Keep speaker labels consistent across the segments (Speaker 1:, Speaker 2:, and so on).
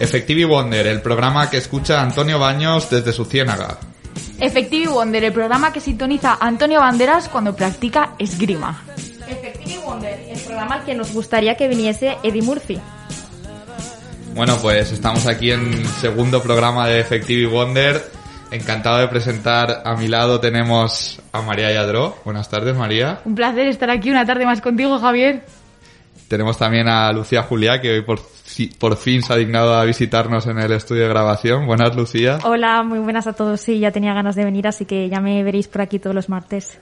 Speaker 1: Effective Wonder, el programa que escucha Antonio Baños desde su ciénaga.
Speaker 2: Effective Wonder, el programa que sintoniza Antonio Banderas cuando practica esgrima.
Speaker 3: Effective Wonder, el programa al que nos gustaría que viniese Eddie Murphy.
Speaker 1: Bueno, pues estamos aquí en segundo programa de Effective Wonder. Encantado de presentar a mi lado tenemos a María Yadró. Buenas tardes, María.
Speaker 2: Un placer estar aquí una tarde más contigo, Javier.
Speaker 1: Tenemos también a Lucía Juliá, que hoy por, fi- por fin se ha dignado a visitarnos en el estudio de grabación. Buenas, Lucía.
Speaker 3: Hola, muy buenas a todos. Sí, ya tenía ganas de venir, así que ya me veréis por aquí todos los martes.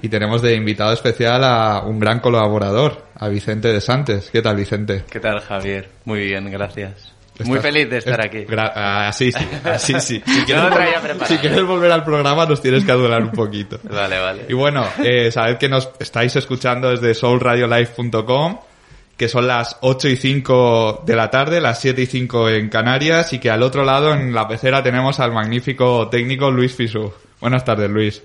Speaker 1: Y tenemos de invitado especial a un gran colaborador, a Vicente de Santes. ¿Qué tal, Vicente?
Speaker 4: ¿Qué tal, Javier? Muy bien, gracias. Muy
Speaker 1: Estás-
Speaker 4: feliz de estar
Speaker 1: es-
Speaker 4: aquí.
Speaker 1: gra- ah, sí, sí, así sí. Si
Speaker 4: No
Speaker 1: quieres,
Speaker 4: lo traía preparado.
Speaker 1: si quieres volver al programa nos tienes que adular un poquito.
Speaker 4: Vale, vale.
Speaker 1: Y bueno, eh, sabed que nos estáis escuchando desde soulradiolife.com, que son las 8 y 5 de la tarde, las 7 y 5 en Canarias, y que al otro lado, en la pecera, tenemos al magnífico técnico Luis Fisú. Buenas tardes, Luis.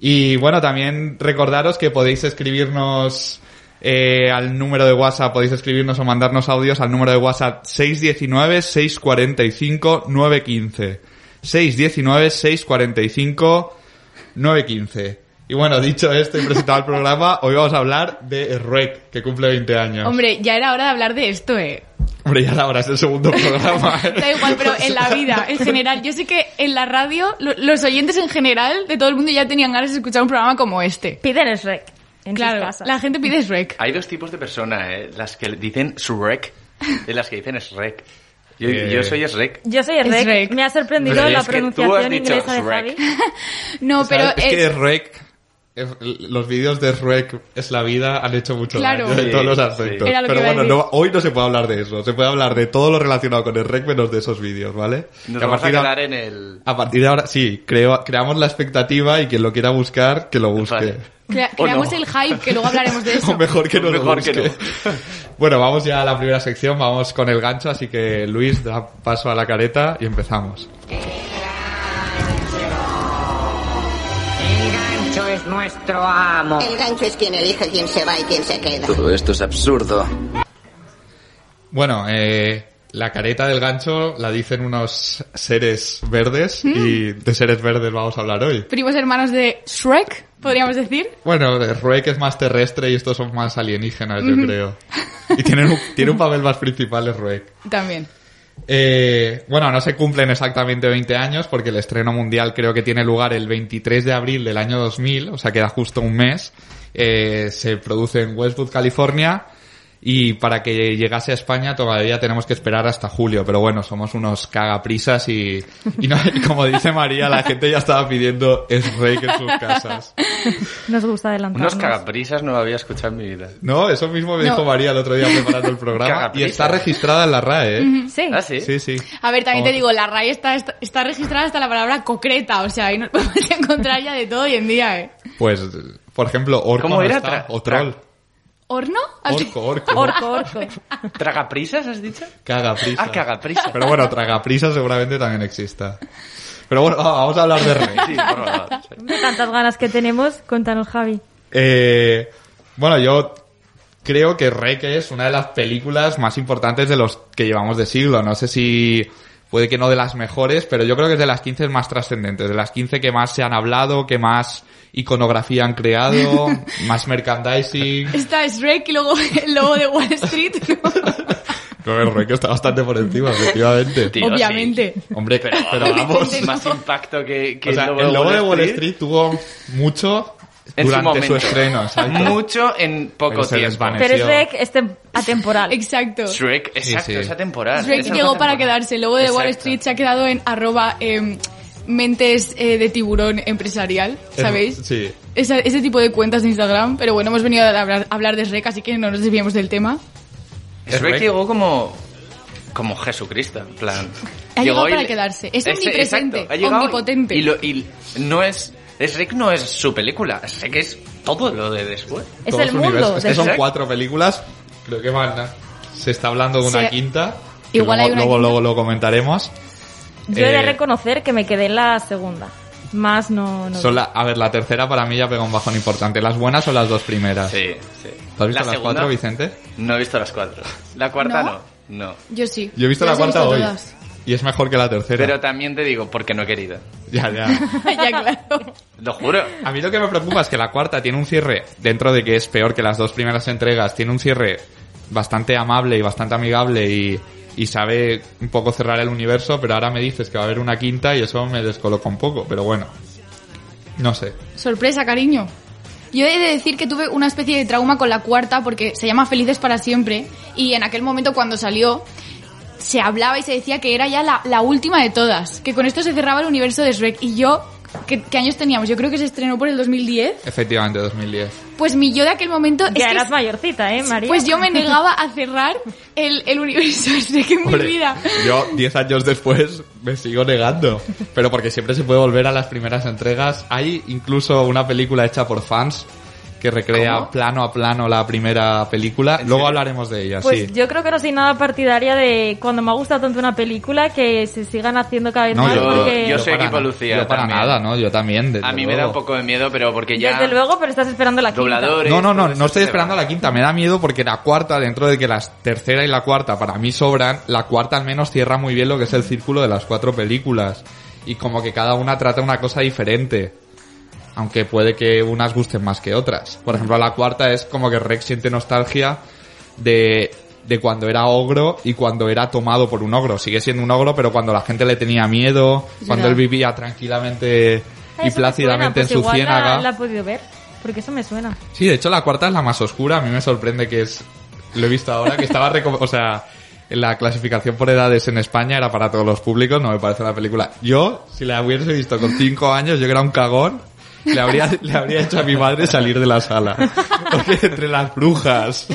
Speaker 1: Y bueno, también recordaros que podéis escribirnos eh, al número de WhatsApp, podéis escribirnos o mandarnos audios al número de WhatsApp 619-645-915. 619-645-915. Y bueno, dicho esto y presentado el programa, hoy vamos a hablar de REC, que cumple 20 años.
Speaker 5: Hombre, ya era hora de hablar de esto, eh.
Speaker 1: Hombre, ya la hora es el segundo programa. ¿eh?
Speaker 5: Da igual, pero en la vida, en general. Yo sé que en la radio, lo- los oyentes en general de todo el mundo ya tenían ganas de escuchar un programa como este.
Speaker 3: Piden el rec en sus
Speaker 5: Claro,
Speaker 3: casas.
Speaker 5: la gente pide Shrek.
Speaker 4: Hay dos tipos de personas, ¿eh? Las que dicen Shrek y las que dicen Shrek. Yo,
Speaker 1: Eh.
Speaker 4: yo soy Shrek.
Speaker 3: Yo soy el
Speaker 5: Es
Speaker 3: rec.
Speaker 5: rec.
Speaker 3: Me ha sorprendido
Speaker 4: Pero
Speaker 3: la
Speaker 4: es que tú has
Speaker 3: pronunciación
Speaker 4: dicho
Speaker 3: inglesa de
Speaker 4: rec.
Speaker 3: Javi.
Speaker 5: No, pero eh,
Speaker 1: ¿Sabes? Pues es, que
Speaker 5: es-
Speaker 1: REC, es- los vídeos de REC es la vida han hecho mucho
Speaker 5: Claro.
Speaker 1: daño en
Speaker 4: Sí,
Speaker 1: todos los
Speaker 4: sí.
Speaker 1: aspectos.
Speaker 5: Era lo que
Speaker 1: Pero
Speaker 5: iba a
Speaker 1: bueno,
Speaker 5: decir.
Speaker 1: no- hoy no se puede hablar de eso. Se puede hablar de todo lo relacionado con el REC menos de esos vídeos, ¿vale?
Speaker 4: Nos
Speaker 1: Que
Speaker 4: vamos a
Speaker 1: partir de-
Speaker 4: quedar en el...
Speaker 1: a partir de ahora, sí, creo, creamos la expectativa y quien lo quiera buscar, que Oh, lo busque.
Speaker 4: Vale.
Speaker 5: crea-
Speaker 4: o
Speaker 5: creamos
Speaker 4: no.
Speaker 5: el hype, que luego hablaremos de
Speaker 1: O
Speaker 5: eso.
Speaker 1: mejor que no lo
Speaker 4: Mejor que
Speaker 1: busque. bueno, vamos ya a la primera sección, vamos con el gancho, así que Luis da paso a la careta y empezamos.
Speaker 6: El gancho es nuestro amo.
Speaker 7: El gancho es quien elige quién se va y quién se queda.
Speaker 8: Todo esto es absurdo.
Speaker 1: Bueno, eh, la careta del gancho la dicen unos seres verdes y de seres verdes vamos a hablar hoy.
Speaker 5: Primos hermanos de Shrek, podríamos decir.
Speaker 1: Bueno, de Ruek es más terrestre y estos son más alienígenas, yo creo. Y tienen un, tiene un papel más principal es Ruek.
Speaker 5: También.
Speaker 1: Eh, bueno, no se cumplen exactamente 20 años porque el estreno mundial creo que tiene lugar el 23 de abril del año 2000, o sea, queda justo un mes. Eh, se produce en Westwood, California. Y para que llegase a España todavía tenemos que esperar hasta julio, pero bueno, somos unos cagaprisas y, y, no- y como dice María, la gente ya estaba pidiendo es rey en sus casas.
Speaker 3: Nos gusta adelantarnos.
Speaker 4: Unos cagaprisas no lo había escuchado en mi vida.
Speaker 1: No, eso mismo me
Speaker 5: No.
Speaker 1: dijo María el otro día preparando el programa y
Speaker 4: Cagaprisa.
Speaker 1: está registrada en la RAE. ¿eh?
Speaker 3: Sí.
Speaker 4: ¿Ah, sí?
Speaker 1: Sí, sí.
Speaker 5: A ver, también
Speaker 1: Vamos.
Speaker 5: te digo, la RAI está, está, está registrada hasta la palabra concreta, o sea, ahí nos podemos encontrar ya de todo hoy en día, ¿eh?
Speaker 1: Pues, por ejemplo, orco
Speaker 4: ¿Cómo
Speaker 1: no
Speaker 4: era?
Speaker 1: está,
Speaker 4: Tra- Ah,
Speaker 1: o troll.
Speaker 5: ¿Horno?
Speaker 1: Orco, orco.
Speaker 3: Orco, orco.
Speaker 4: ¿Tragaprisas has dicho?
Speaker 1: Cagaprisa.
Speaker 4: Ah, cagaprisa.
Speaker 1: Pero bueno, tragaprisa seguramente también exista. Pero bueno, va, vamos a hablar de rey.
Speaker 4: Sí, por favor.
Speaker 3: Hombre, Tantas ganas que tenemos, cuéntanos Javi.
Speaker 1: Eh, bueno, yo creo que Rec es una de las películas más importantes de los que llevamos de siglo. No sé si puede que no de las mejores, pero yo creo que es de las 15 más trascendentes, de las 15 que más se han hablado, que más iconografía han creado, más merchandising.
Speaker 5: Está Shrek y luego el lobo de Wall Street. ¿no?
Speaker 1: Creo que Rec está bastante por encima, efectivamente.
Speaker 4: Tío, sí.
Speaker 5: Obviamente.
Speaker 1: Hombre, pero,
Speaker 4: Pero,
Speaker 1: pero vamos.
Speaker 5: Vicente,
Speaker 4: Más impacto que, que
Speaker 1: O sea, el logo de Wall Street tuvo mucho
Speaker 4: En su
Speaker 1: durante su,
Speaker 4: momento.
Speaker 1: estreno. exacto.
Speaker 4: Mucho en poco
Speaker 1: Pero se
Speaker 4: tiempo.
Speaker 1: desvaneció.
Speaker 3: Pero es rec este atemporal.
Speaker 5: Exacto.
Speaker 4: Shrek, exacto,
Speaker 1: sí.
Speaker 4: esa temporada.
Speaker 5: Shrek
Speaker 4: esa
Speaker 5: llegó
Speaker 4: temporada.
Speaker 5: para quedarse. El lobo de Wall
Speaker 4: Exacto.
Speaker 5: Street se ha quedado en arroba em, mentes eh, de tiburón empresarial,
Speaker 1: Es-
Speaker 5: ¿sabéis?
Speaker 1: Sí.
Speaker 5: Esa- ese tipo de cuentas de Instagram. Pero bueno, hemos venido a hablar, a hablar de Shrek, así que no nos desviemos del tema.
Speaker 1: Es
Speaker 4: Shrek
Speaker 1: rec.
Speaker 4: llegó como como Jesucristo, en plan.
Speaker 5: Ha llegado
Speaker 4: y
Speaker 5: para
Speaker 4: le-
Speaker 5: quedarse. Es
Speaker 4: Ese-
Speaker 5: omnipresente,
Speaker 4: exacto, ha llegado
Speaker 5: omnipotente.
Speaker 4: Y, lo- y no es es Shrek no es su película, Shrek es todo lo de después.
Speaker 3: Es
Speaker 1: todo
Speaker 3: el
Speaker 1: su
Speaker 3: mundo
Speaker 1: universo. Es
Speaker 3: de
Speaker 1: que son
Speaker 4: Shrek.
Speaker 1: cuatro películas. Creo que van. a- Se está hablando de una
Speaker 5: Se-
Speaker 1: quinta. que
Speaker 5: Igual
Speaker 1: luego,
Speaker 5: hay una
Speaker 1: luego,
Speaker 5: quinta.
Speaker 1: luego lo comentaremos.
Speaker 3: Yo he
Speaker 1: Eh,
Speaker 3: de reconocer que me quedé en la segunda. Más no... no
Speaker 1: Son la- a ver, la tercera para mí ya pega un bajón importante. ¿Las buenas o las dos primeras?
Speaker 4: Sí, sí.
Speaker 1: ¿Tú has visto
Speaker 4: La
Speaker 1: las
Speaker 4: segunda-
Speaker 1: cuatro, Vicente?
Speaker 4: No he visto las cuatro. La cuarta
Speaker 5: ¿No?
Speaker 4: no. No.
Speaker 5: Yo sí.
Speaker 1: Yo he visto
Speaker 5: Yo
Speaker 1: la
Speaker 5: las he
Speaker 1: cuarta
Speaker 5: visto
Speaker 1: hoy.
Speaker 5: todas.
Speaker 1: Y es mejor que la tercera.
Speaker 4: Pero también te digo, porque no he querido.
Speaker 1: Ya, ya.
Speaker 5: ya, claro.
Speaker 4: Lo juro.
Speaker 1: A mí lo que me preocupa es que la cuarta tiene un cierre, dentro de que es peor que las dos primeras entregas, tiene un cierre bastante amable y bastante amigable y, y sabe un poco cerrar el universo, pero ahora me dices que va a haber una quinta y eso me descoloca un poco, pero bueno. No sé.
Speaker 5: Sorpresa, cariño. Yo he de decir que tuve una especie de trauma con la cuarta porque se llama Felices para siempre y en aquel momento cuando salió se hablaba y se decía que era ya la, la última de todas, que con esto se cerraba el universo de Shrek y yo, ¿qué, qué años teníamos? Yo creo que se estrenó por el 2010.
Speaker 1: Efectivamente, 2010.
Speaker 5: Pues mi yo de aquel momento es
Speaker 3: Ya
Speaker 5: que-
Speaker 3: eras mayorcita, ¿eh, María?
Speaker 5: pues yo me negaba a cerrar el, el universo de Shrek en
Speaker 1: Hombre,
Speaker 5: mi vida.
Speaker 1: Yo, 10 años después, me sigo negando. Pero porque siempre se puede volver a las primeras entregas. Hay incluso una película hecha por fans que recrea plano a plano la primera película. Luego hablaremos de
Speaker 4: Ah,
Speaker 1: ella,
Speaker 3: Pues
Speaker 1: sí.
Speaker 3: yo creo que no soy nada partidaria de cuando me ha gustado tanto una película que se sigan haciendo cada vez
Speaker 1: No,
Speaker 3: más
Speaker 4: yo-
Speaker 3: porque...
Speaker 4: yo soy
Speaker 1: para-
Speaker 4: equipo Lucía
Speaker 1: Yo para
Speaker 4: también.
Speaker 1: nada, ¿no? Yo también. desde
Speaker 4: A mí me da un
Speaker 1: luego.
Speaker 4: poco de miedo, pero porque ya...
Speaker 3: Desde luego, pero estás esperando la quinta.
Speaker 4: Dobladores...
Speaker 1: No, no,
Speaker 4: todo
Speaker 1: no,
Speaker 4: eso
Speaker 1: no estoy
Speaker 4: se
Speaker 1: esperando
Speaker 4: va.
Speaker 1: la quinta. Me da miedo porque la cuarta, dentro de que las tercera y la cuarta para mí sobran, la cuarta al menos cierra muy bien lo que es el círculo de las cuatro películas. Y como que cada una trata una cosa diferente. Aunque puede que unas gusten más que otras. Por ejemplo, la cuarta es como que Rex siente nostalgia de, de cuando era ogro y cuando era tomado por un ogro. Sigue siendo un ogro, pero cuando la gente le tenía miedo, cuando él vivía tranquilamente y
Speaker 3: Ah, eso me suena,
Speaker 1: plácidamente
Speaker 3: pues
Speaker 1: en su
Speaker 3: igual
Speaker 1: ciénaga.
Speaker 3: La, la he podido ver, porque eso me suena.
Speaker 1: Sí, de hecho la cuarta es la más oscura. A mí me sorprende que es... Lo he visto ahora, que estaba... reco- O sea, en la clasificación por edades en España era para todos los públicos, no me parece una película. Yo, si la hubiese visto con cinco años, yo que era un cagón, le habría, le habría hecho a mi madre salir de la sala. Porque entre las brujas...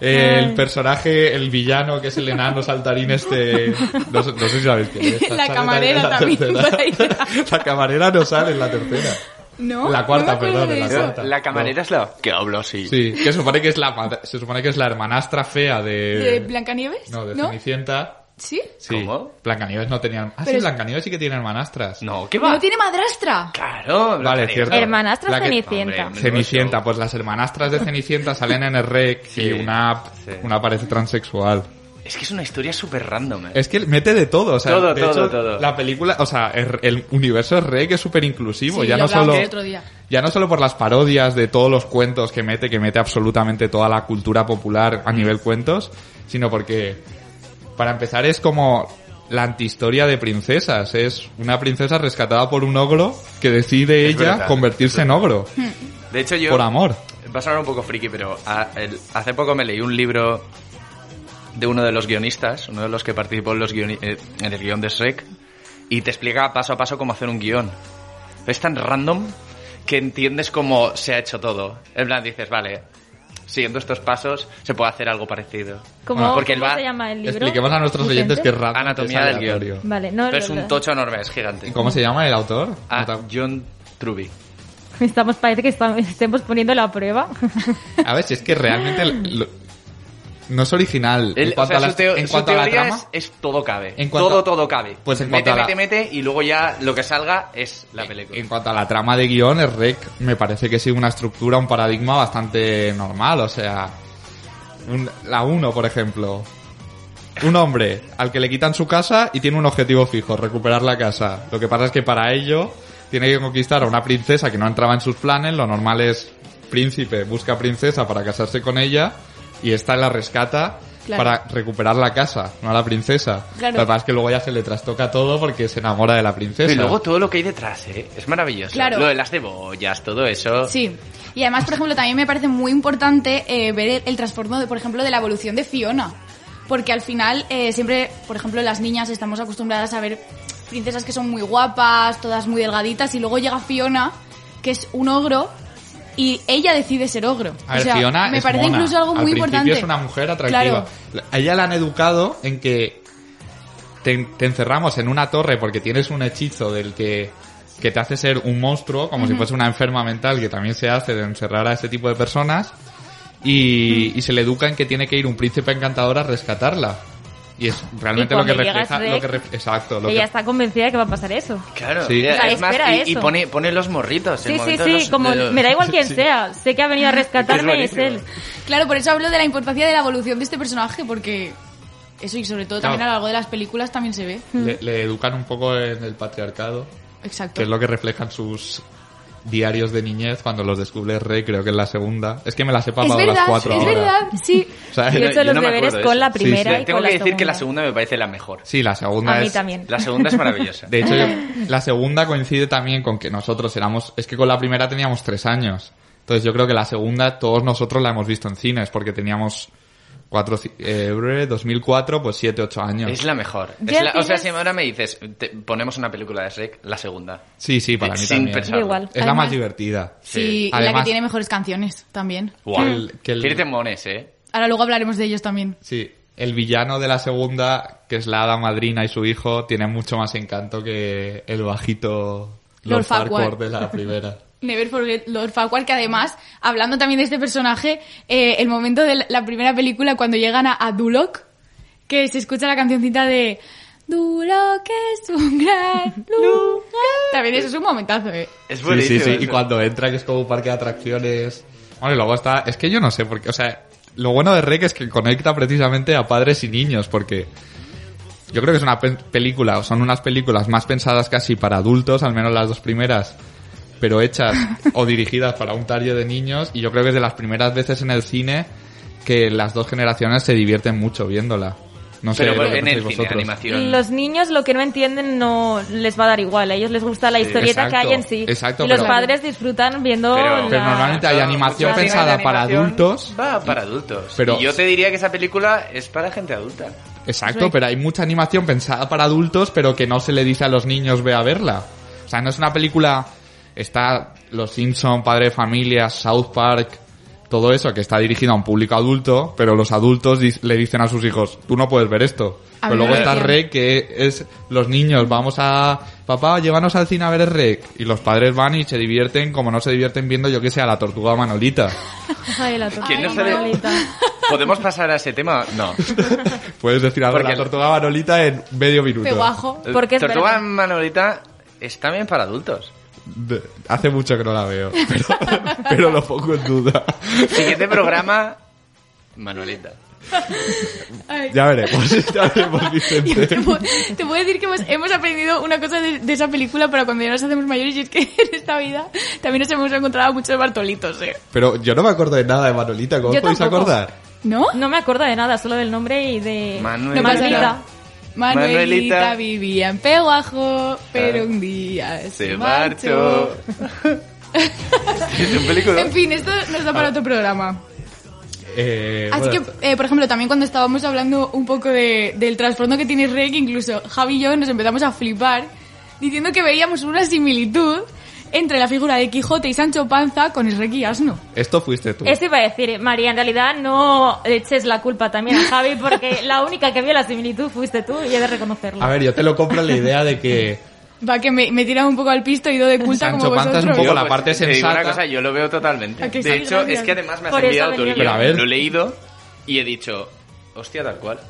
Speaker 1: El personaje, el villano, que es el enano saltarín este... No, sé- no sé si sabéis quién es.
Speaker 5: La
Speaker 1: Sale
Speaker 5: camarera
Speaker 1: en la
Speaker 5: también,
Speaker 1: tercera.
Speaker 5: por ahí.
Speaker 1: La camarera no sale en la tercera.
Speaker 5: No,
Speaker 1: La cuarta,
Speaker 5: no me acuerdo
Speaker 1: perdón,
Speaker 5: de
Speaker 1: la
Speaker 5: eso.
Speaker 1: cuarta. la-
Speaker 4: La camarera es la... Que hablo así.
Speaker 1: Sí, que se supone que es la madre- se supone que es la hermanastra fea de
Speaker 5: ¿De Blancanieves?
Speaker 1: no, de
Speaker 5: ¿No?
Speaker 1: Cenicienta.
Speaker 5: ¿Sí?
Speaker 1: Sí.
Speaker 4: ¿Cómo?
Speaker 1: Blancanieves no tenía, ah, sí,
Speaker 5: Pero es-
Speaker 1: Blancanieves sí que tiene hermanastras.
Speaker 4: No, ¿qué va?
Speaker 5: No tiene madrastra.
Speaker 4: Claro.
Speaker 1: Vale,
Speaker 4: Blancanieves.
Speaker 1: cierto.
Speaker 3: Hermanastra
Speaker 1: La que-
Speaker 3: Cenicienta.
Speaker 4: Hombre,
Speaker 1: Cenicienta, pues las hermanastras de Cenicienta salen en el rec
Speaker 4: Sí,
Speaker 1: y una
Speaker 4: sí.
Speaker 1: una parece transexual.
Speaker 4: Es que es una historia súper random, ¿eh?
Speaker 1: Es que mete de todo, o sea,
Speaker 4: Todo,
Speaker 1: de
Speaker 4: todo,
Speaker 1: hecho,
Speaker 4: todo.
Speaker 1: la película, o sea, el, el universo de rec es súper inclusivo,
Speaker 5: Sí,
Speaker 1: pues ya
Speaker 5: lo
Speaker 1: no
Speaker 5: hablábamos
Speaker 1: solo
Speaker 5: el otro día.
Speaker 1: Ya no solo por las parodias de todos los cuentos que mete, que mete absolutamente toda la cultura popular a nivel cuentos, sino porque, para empezar, es como la antihistoria de princesas. Es una princesa rescatada por un ogro que decide
Speaker 4: Es
Speaker 1: ella
Speaker 4: verdad.
Speaker 1: convertirse en ogro,
Speaker 4: De hecho, yo...
Speaker 1: por amor.
Speaker 4: Va a sonar un poco friki, pero a- el- hace poco me leí un libro de uno de los guionistas, uno de los que participó en, los guioni- eh, en el guión de Shrek, y te explica paso a paso cómo hacer un guión. Es tan random que entiendes cómo se ha hecho todo. En plan, dices, vale, siguiendo estos pasos se puede hacer algo parecido.
Speaker 3: ¿Cómo,
Speaker 1: Bueno,
Speaker 4: porque él
Speaker 3: cómo
Speaker 4: va-
Speaker 3: se llama el libro?
Speaker 1: Expliquemos a nuestros
Speaker 3: ¿Vicente?
Speaker 1: oyentes que es raro.
Speaker 4: Anatomía del guión.
Speaker 3: Vale, no,
Speaker 4: Pero es
Speaker 3: no, no.
Speaker 4: un tocho enorme, es gigante.
Speaker 1: ¿Cómo se llama el autor?
Speaker 4: Ah,
Speaker 1: No te-
Speaker 4: John Truby.
Speaker 3: Estamos, parece que estamos, estemos poniendo la prueba.
Speaker 1: A ver, si es que realmente lo- no es original.
Speaker 4: Él-
Speaker 1: en cuanto
Speaker 4: o sea,
Speaker 1: a la,
Speaker 4: su, teo-
Speaker 1: en
Speaker 4: su
Speaker 1: cuanto a la
Speaker 4: teoría
Speaker 1: trama...
Speaker 4: es, es todo cabe.
Speaker 1: En cuanto-
Speaker 4: todo, todo cabe.
Speaker 1: Pues en
Speaker 4: mete,
Speaker 1: cuanto a la-
Speaker 4: mete, mete y luego ya lo que salga es la película.
Speaker 1: En cuanto a la trama de guión, el REC me parece que sigue una estructura, un paradigma bastante normal. O sea, un- la 1, por ejemplo. Un hombre al que le quitan su casa y tiene un objetivo fijo, recuperar la casa. Lo que pasa es que para ello tiene que conquistar a una princesa que no entraba en sus planes. Lo normal es príncipe busca princesa para casarse con ella y esta la rescata
Speaker 5: Claro.
Speaker 1: para recuperar la casa, no a la princesa.
Speaker 5: Claro.
Speaker 1: Lo que pasa es que luego ya se le trastoca todo porque se enamora de la princesa.
Speaker 4: Y luego todo lo que hay detrás, ¿eh? Es maravilloso.
Speaker 5: Claro.
Speaker 4: Lo de las cebollas, todo eso.
Speaker 5: Sí. Y además, por ejemplo, también me parece muy importante eh, ver el, el trastorno, de, por ejemplo, de la evolución de Fiona. Porque al final, eh, siempre, por ejemplo, las niñas estamos acostumbradas a ver princesas que son muy guapas, todas muy delgaditas, y luego llega Fiona, que es un ogro, y ella decide ser ogro.
Speaker 1: A ver,
Speaker 5: o sea,
Speaker 1: Fiona
Speaker 5: me
Speaker 1: es
Speaker 5: parece
Speaker 1: mona.
Speaker 5: incluso algo
Speaker 1: Al
Speaker 5: muy
Speaker 1: principio
Speaker 5: importante.
Speaker 1: es una mujer atractiva.
Speaker 5: Claro.
Speaker 1: A ella la han educado en que te, te encerramos en una torre porque tienes un hechizo del que, que te hace ser un monstruo, como si fuese una enferma mental que también se hace de encerrar a este tipo de personas. Y, y se le educa en que tiene que ir un príncipe encantador a rescatarla. Y es realmente lo que
Speaker 3: cuando llegas
Speaker 1: refleja...
Speaker 3: de-
Speaker 1: Lo que ref- exacto. Lo
Speaker 3: Ella
Speaker 1: que,
Speaker 3: está convencida de que va a pasar eso.
Speaker 4: Claro.
Speaker 1: Sí.
Speaker 4: Es
Speaker 3: Claro,
Speaker 4: más,
Speaker 3: espera
Speaker 4: y- y,
Speaker 3: eso.
Speaker 4: pone, pone los morritos. el
Speaker 3: Sí, sí,
Speaker 4: momento de
Speaker 3: sí,
Speaker 4: los-
Speaker 3: como
Speaker 4: de los-
Speaker 3: me da igual quién sea, sé que ha venido a
Speaker 4: Es
Speaker 3: rescatarme, es,
Speaker 4: buenísimo.
Speaker 3: él.
Speaker 5: Claro, por eso hablo de la importancia de la evolución de este personaje, porque Eso y sobre todo
Speaker 1: Claro.
Speaker 5: también a lo largo de las películas también se ve.
Speaker 1: Le, le educan un poco en el patriarcado, que
Speaker 5: Exacto.
Speaker 1: es lo que reflejan sus diarios de niñez cuando los descubre Rey, creo que es la segunda. Es que me las he
Speaker 5: Es
Speaker 1: papado las
Speaker 5: verdad,
Speaker 1: cuatro
Speaker 5: es
Speaker 1: ahora.
Speaker 5: verdad, sí.
Speaker 1: O sea,
Speaker 3: Yo he hecho
Speaker 4: Yo
Speaker 3: los
Speaker 4: no me
Speaker 3: deberes
Speaker 4: acuerdo de
Speaker 3: con
Speaker 4: eso.
Speaker 3: la primera
Speaker 1: Sí,
Speaker 3: y
Speaker 4: Tengo
Speaker 3: con
Speaker 4: que
Speaker 3: la
Speaker 4: decir que
Speaker 3: segunda.
Speaker 4: la segunda me parece la mejor.
Speaker 1: Sí, la segunda
Speaker 3: A mí
Speaker 1: es-
Speaker 3: también.
Speaker 4: La segunda es maravillosa.
Speaker 1: De hecho, yo- la segunda coincide también con que nosotros éramos... Es que con la primera teníamos tres años. Entonces yo creo que la segunda todos nosotros la hemos visto en cines porque teníamos... Cuatro, ci- eh, bre- 2004, pues siete, ocho años.
Speaker 4: Es la mejor. Es
Speaker 2: Ya
Speaker 4: la- o sea,
Speaker 2: tienes-
Speaker 4: si ahora me dices, te- ponemos una película de Shrek, la segunda.
Speaker 1: Sí, sí, para mí
Speaker 4: Sin
Speaker 1: también.
Speaker 4: pensarlo.
Speaker 3: Yo igual.
Speaker 1: Es la más
Speaker 5: Además-
Speaker 1: divertida.
Speaker 5: Sí, y la
Speaker 1: Además-
Speaker 5: que tiene mejores canciones también.
Speaker 3: Mm.
Speaker 4: Guau.
Speaker 1: Que el- que el-
Speaker 4: Qué temones, ¿eh?
Speaker 5: Ahora luego hablaremos de ellos también.
Speaker 1: Sí, el villano de la segunda, que es la hada madrina y su hijo, tiene mucho más encanto que el bajito
Speaker 5: Lord
Speaker 1: Lord Farquhar
Speaker 5: Farquaad.
Speaker 1: de la primera.
Speaker 5: Never Forget Lord Farquaad, que además, hablando también de este personaje, eh, el momento de la- la primera película cuando llegan a, a Duloc, que se escucha la cancioncita de Duloc es un gran lugar. También eso es un momentazo, eh.
Speaker 4: Es
Speaker 1: Sí, sí,
Speaker 4: buenísimo.
Speaker 1: sí. Y
Speaker 4: eso.
Speaker 1: cuando entra, que es como un parque de atracciones. Bueno, y luego está... Es que yo no sé, porque, o sea, lo bueno de Rec es que conecta precisamente a padres y niños, porque... Yo creo que es una pe- película, o son unas películas más pensadas casi para adultos, al menos las dos primeras, pero hechas o dirigidas para un target de niños, y yo creo que es de las primeras veces en el cine que las dos generaciones se divierten mucho viéndola. No sé
Speaker 4: Pero
Speaker 1: lo
Speaker 4: bueno,
Speaker 1: que
Speaker 4: en el
Speaker 1: pensáis
Speaker 4: cine,
Speaker 1: vosotros.
Speaker 4: animación.
Speaker 3: Los niños lo que no entienden no les va a dar igual. A ellos les gusta la
Speaker 4: Sí,
Speaker 3: historieta
Speaker 1: exacto,
Speaker 3: que hay en sí.
Speaker 1: exacto,
Speaker 3: y los
Speaker 1: pero-
Speaker 3: padres disfrutan viendo
Speaker 4: Pero-
Speaker 3: la-
Speaker 1: Pero normalmente hay
Speaker 4: No,
Speaker 1: animación
Speaker 4: mucho cine de
Speaker 1: pensada para
Speaker 4: animación
Speaker 1: adultos.
Speaker 4: Va para adultos.
Speaker 1: Pero-
Speaker 4: y yo te diría que esa película es para gente adulta.
Speaker 1: Exacto, pero hay mucha animación pensada para adultos, pero que no se le dice a los niños ve a verla. O sea, no es una película. Está Los Simpson, Padre de Familia, South Park, todo eso que está dirigido a un público adulto, pero los adultos di- le dicen a sus hijos, tú no puedes ver esto.
Speaker 5: A
Speaker 1: pero
Speaker 5: mí me
Speaker 1: luego está
Speaker 5: decían.
Speaker 1: Rec, que es los niños, vamos a, papá, llévanos al cine a ver el Rec. Y los padres van y se divierten como no se divierten viendo, yo que sé, a la tortuga Manolita.
Speaker 3: Ay, la tortuga
Speaker 4: ¿Quién no
Speaker 5: Ay,
Speaker 4: sabe?
Speaker 3: Manolita.
Speaker 4: ¿Podemos pasar a ese tema? No.
Speaker 1: Puedes decir algo de
Speaker 4: Porque
Speaker 1: la
Speaker 4: el-
Speaker 1: tortuga Manolita en medio minuto.
Speaker 5: Peguajo.
Speaker 3: Porque es
Speaker 4: Tortuga
Speaker 3: verdad.
Speaker 4: Manolita es también para adultos.
Speaker 1: De- hace mucho que no la veo, pero, pero lo pongo en duda.
Speaker 4: Siguiente programa, Manolita.
Speaker 1: Ya veremos, ya veremos, Vicente.
Speaker 5: Te puedo, te puedo decir que hemos, hemos aprendido una cosa de, de esa película para cuando ya nos hacemos mayores y es que en esta vida también nos hemos encontrado muchos Bartolitos, eh.
Speaker 1: Pero yo no me acuerdo de nada de Manolita, ¿cómo os
Speaker 3: Yo
Speaker 1: podéis
Speaker 3: tampoco.
Speaker 1: acordar?
Speaker 5: ¿No?
Speaker 3: No me acuerdo de nada, solo del nombre y de
Speaker 4: Manuelita.
Speaker 3: Manolita.
Speaker 5: Manuelita,
Speaker 4: Manuelita.
Speaker 5: vivía en Peguajo, pero un día
Speaker 4: Se
Speaker 5: se
Speaker 4: marchó.
Speaker 5: marchó.
Speaker 4: es un película.
Speaker 5: En fin, esto nos da para otro programa.
Speaker 1: Eh,
Speaker 5: Así que,
Speaker 1: bueno,
Speaker 5: eh, por ejemplo, también cuando estábamos hablando un poco de- del trasfondo que tiene Rey, que incluso Javi y yo nos empezamos a flipar diciendo que veíamos una similitud entre la figura de Quijote y Sancho Panza con el Rey y Asno.
Speaker 1: Esto fuiste tú.
Speaker 3: Eso iba a decir, eh, María, en realidad no eches la culpa también a Javi porque la única que vio la similitud fuiste tú y he de reconocerlo.
Speaker 1: A ver, yo te lo compro la idea de que
Speaker 5: Va, que me, me tiran un poco al pisto y do de culta
Speaker 1: Sancho
Speaker 5: como
Speaker 1: Panza es
Speaker 5: vosotros.
Speaker 1: un poco
Speaker 4: Yo,
Speaker 1: la parte
Speaker 4: te digo
Speaker 1: sensata.
Speaker 4: una cosa, yo lo veo totalmente.
Speaker 5: ¿A
Speaker 4: De
Speaker 5: que sí?
Speaker 4: hecho,
Speaker 5: Gracias.
Speaker 4: es que además me has
Speaker 3: Por eso
Speaker 4: enviado tu
Speaker 3: venía
Speaker 4: libro.
Speaker 3: yo. Pero
Speaker 1: a ver.
Speaker 4: Lo he leído y he dicho, hostia, tal cual.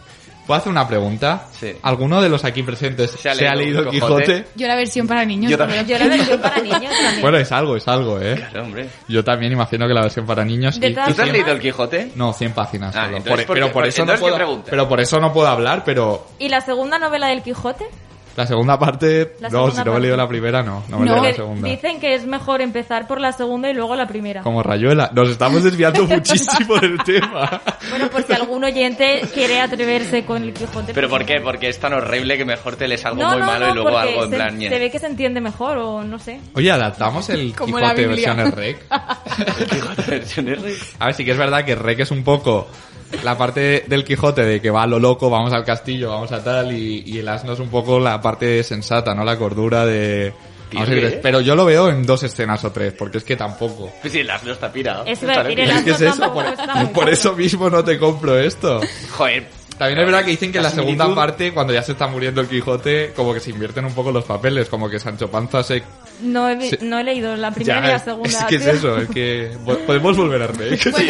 Speaker 1: ¿Puedo hacer una pregunta?
Speaker 4: Sí.
Speaker 1: ¿Alguno de los aquí presentes se ha leído, Quijote?
Speaker 5: Yo la versión para niños.
Speaker 4: Yo
Speaker 5: pero-
Speaker 4: también.
Speaker 3: Yo era versión para niños también.
Speaker 1: Bueno, es algo, es algo, ¿eh?
Speaker 4: Claro, hombre.
Speaker 1: Yo también imagino que la versión para niños...
Speaker 3: De
Speaker 1: y-
Speaker 3: todas
Speaker 1: y
Speaker 4: ¿Tú te has
Speaker 1: cien-
Speaker 4: leído el Quijote?
Speaker 1: No, 100 páginas.
Speaker 4: Ah,
Speaker 1: solo.
Speaker 4: entonces,
Speaker 1: Por-
Speaker 4: ¿por
Speaker 1: pero
Speaker 4: qué?
Speaker 1: por eso no
Speaker 4: Entonces, ¿qué
Speaker 1: puedo,
Speaker 4: pregunta?
Speaker 1: pero por eso no puedo hablar, pero
Speaker 3: ¿Y la segunda novela del Quijote?
Speaker 1: La segunda parte,
Speaker 3: La
Speaker 1: no,
Speaker 3: segunda
Speaker 1: si no me he leído
Speaker 3: parte.
Speaker 1: la primera, no, no me he leído la
Speaker 3: Que
Speaker 1: segunda.
Speaker 3: Dicen que es mejor empezar por la segunda y luego la primera.
Speaker 1: Como Rayuela, nos estamos desviando muchísimo del tema.
Speaker 3: Bueno, por si algún oyente quiere atreverse con el Quijote.
Speaker 4: ¿Pero
Speaker 3: pues-
Speaker 4: por qué? Porque es tan horrible que mejor te lees algo
Speaker 3: No,
Speaker 4: muy
Speaker 3: no,
Speaker 4: malo
Speaker 3: no,
Speaker 4: y luego
Speaker 3: porque
Speaker 4: algo en
Speaker 3: se,
Speaker 4: plan... ñe.
Speaker 3: se ve que se entiende mejor o no sé.
Speaker 1: Oye, adaptamos el
Speaker 5: Como la
Speaker 1: Quijote
Speaker 5: Biblia.
Speaker 1: versión rec.
Speaker 4: El Quijote versión R.
Speaker 1: A ver, sí que es verdad que rec es un poco la parte del Quijote de que va a lo loco, vamos al castillo, vamos a tal, y, y el asno es un poco la parte sensata, ¿no? La cordura de... vamos a
Speaker 4: Tiene,
Speaker 1: ir-
Speaker 4: ¿eh?
Speaker 1: pero yo lo veo en dos escenas o tres, porque es que tampoco...
Speaker 4: Pues sí, el asno está pirado.
Speaker 3: Eso iba a decir, el
Speaker 1: Es que es
Speaker 3: asno
Speaker 1: eso,
Speaker 3: tampoco
Speaker 1: por,
Speaker 3: está muy
Speaker 1: por
Speaker 3: claro.
Speaker 1: eso mismo no te compro esto.
Speaker 4: Joder.
Speaker 1: También es verdad que dicen que en la segunda
Speaker 4: similitud-
Speaker 1: parte, cuando ya se está muriendo el Quijote, como que se invierten un poco los papeles, como que Sancho Panza se...
Speaker 3: No he, vi-
Speaker 1: Sí.
Speaker 3: no he leído la primera
Speaker 1: Ya,
Speaker 3: ni la segunda.
Speaker 1: Es que es
Speaker 3: tío.
Speaker 1: eso, es que... vo- Podemos volver a reír.
Speaker 5: Pues,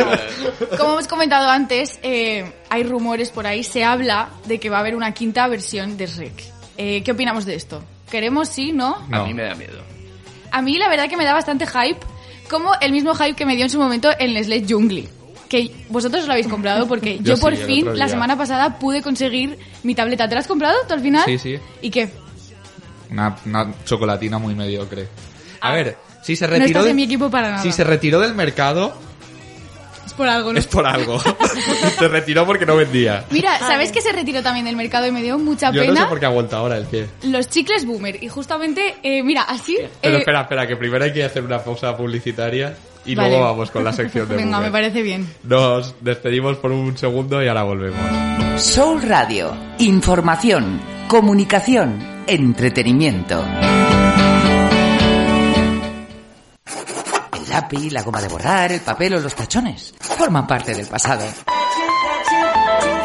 Speaker 5: Como hemos comentado antes, eh, hay rumores por ahí, se habla de que va a haber una quinta versión de Shrek. Eh, ¿Qué opinamos de esto? ¿Queremos sí, no?
Speaker 1: No.
Speaker 4: A mí me da miedo.
Speaker 5: A mí la verdad que me da bastante hype, como el mismo hype que me dio en su momento el Nestlé Jungli. que vosotros lo habéis comprado porque yo,
Speaker 1: sí,
Speaker 5: por
Speaker 1: el otro
Speaker 5: fin la
Speaker 1: día.
Speaker 5: semana pasada pude conseguir mi tableta. ¿Te la has comprado tú al final?
Speaker 1: Sí, sí.
Speaker 5: ¿Y qué?
Speaker 1: Una, una chocolatina muy mediocre. A ver, si se
Speaker 5: Ah. no
Speaker 1: retiró...
Speaker 5: estás
Speaker 1: de-
Speaker 5: en mi equipo para nada.
Speaker 1: Si se retiró del mercado
Speaker 5: Es por algo, ¿no?
Speaker 1: es por algo. se retiró porque no vendía.
Speaker 5: Mira, ¿sabes que se retiró también del mercado y me dio mucha
Speaker 1: Yo no
Speaker 5: pena?
Speaker 1: sé por qué ha vuelto ahora el pie.
Speaker 5: Los chicles boomer. Y justamente, eh, mira, así...
Speaker 1: Pero
Speaker 5: eh,
Speaker 1: espera, espera, que primero hay que hacer una pausa publicitaria y
Speaker 5: Vale.
Speaker 1: luego vamos con la sección de
Speaker 5: Venga,
Speaker 1: Google.
Speaker 5: me parece bien.
Speaker 1: Nos despedimos por un segundo y ahora volvemos.
Speaker 8: Soul Radio. Información, comunicación, entretenimiento. El lápiz, la goma de borrar, el papel o los tachones forman parte del pasado.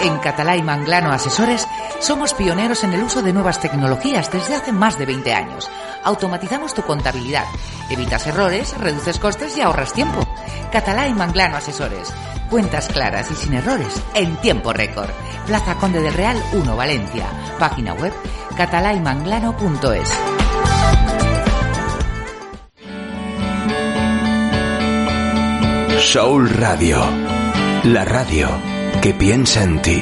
Speaker 8: En Catalá y Manglano Asesores somos pioneros en el uso de nuevas tecnologías desde hace más de 20 años. Automatizamos tu contabilidad, evitas errores, reduces costes y ahorras tiempo. Catalá y Manglano Asesores. Cuentas claras y sin errores en tiempo récord. Plaza Conde del Real 1 Valencia. Página web catalaymanglano.es.
Speaker 9: Soul Radio. La radio que piensa en ti.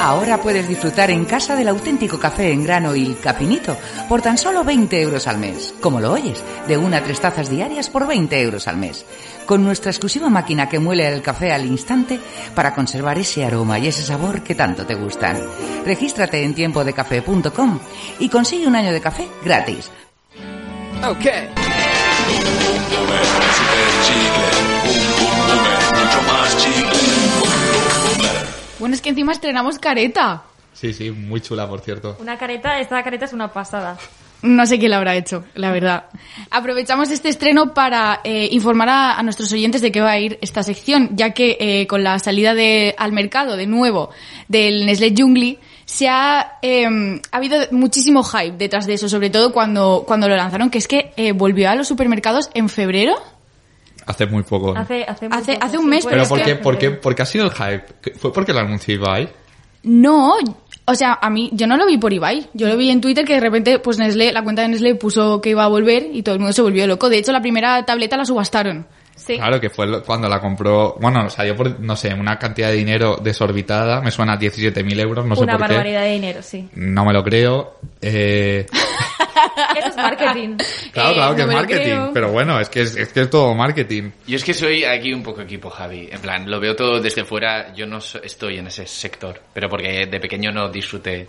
Speaker 8: Ahora puedes disfrutar en casa del auténtico café en grano y cafinito por tan solo 20 euros al mes. Como lo oyes, de una a tres tazas diarias por 20 euros al mes. Con nuestra exclusiva máquina que muele el café al instante para conservar ese aroma y ese sabor que tanto te gustan. Regístrate en tiempodecafé.com y consigue un año de café gratis.
Speaker 5: Bueno, es que encima estrenamos careta.
Speaker 1: Sí, sí, muy chula, por cierto.
Speaker 3: Una careta, esta careta es una pasada.
Speaker 5: No sé quién la habrá hecho, la verdad. Aprovechamos este estreno para eh, informar a, a nuestros oyentes de qué va a ir esta sección, ya que eh, con la salida de, al mercado de nuevo del Nestlé Jungli, se ha, eh, ha habido muchísimo hype detrás de eso, sobre todo cuando, cuando lo lanzaron, que es que eh, volvió a los supermercados en febrero.
Speaker 1: Hace muy poco. ¿no?
Speaker 3: Hace, hace, muy
Speaker 5: Hace-
Speaker 3: poco,
Speaker 5: hace
Speaker 3: sí,
Speaker 5: un mes,
Speaker 3: fue
Speaker 1: Pero
Speaker 5: es
Speaker 1: ¿por
Speaker 5: que-
Speaker 1: qué, por qué- por qué ha sido el hype? ¿Fue porque lo anunció Ibai?
Speaker 5: No, o sea, a mí, yo no lo vi por Ibai. Yo lo vi en Twitter que de repente, pues Nestlé, la cuenta de Nestlé puso que iba a volver y todo el mundo se volvió loco. De hecho, la primera tableta la subastaron.
Speaker 3: Sí.
Speaker 1: Claro, que fue lo- cuando la compró... Bueno, salió por, no sé, una cantidad de dinero desorbitada. Me suena a 17.000 euros, no sé
Speaker 3: una
Speaker 1: por qué.
Speaker 3: barbaridad de dinero, sí.
Speaker 1: No me lo creo. Eh,
Speaker 3: Eso es marketing.
Speaker 1: claro,
Speaker 5: Eh,
Speaker 1: claro que
Speaker 5: no
Speaker 1: es
Speaker 5: me lo
Speaker 1: marketing.
Speaker 5: creo.
Speaker 1: Pero bueno, es que es, es que es todo marketing.
Speaker 4: Yo es que soy aquí un poco equipo Javi. En plan, lo veo todo desde fuera. Yo no so- estoy en ese sector. Pero porque de pequeño no disfruté.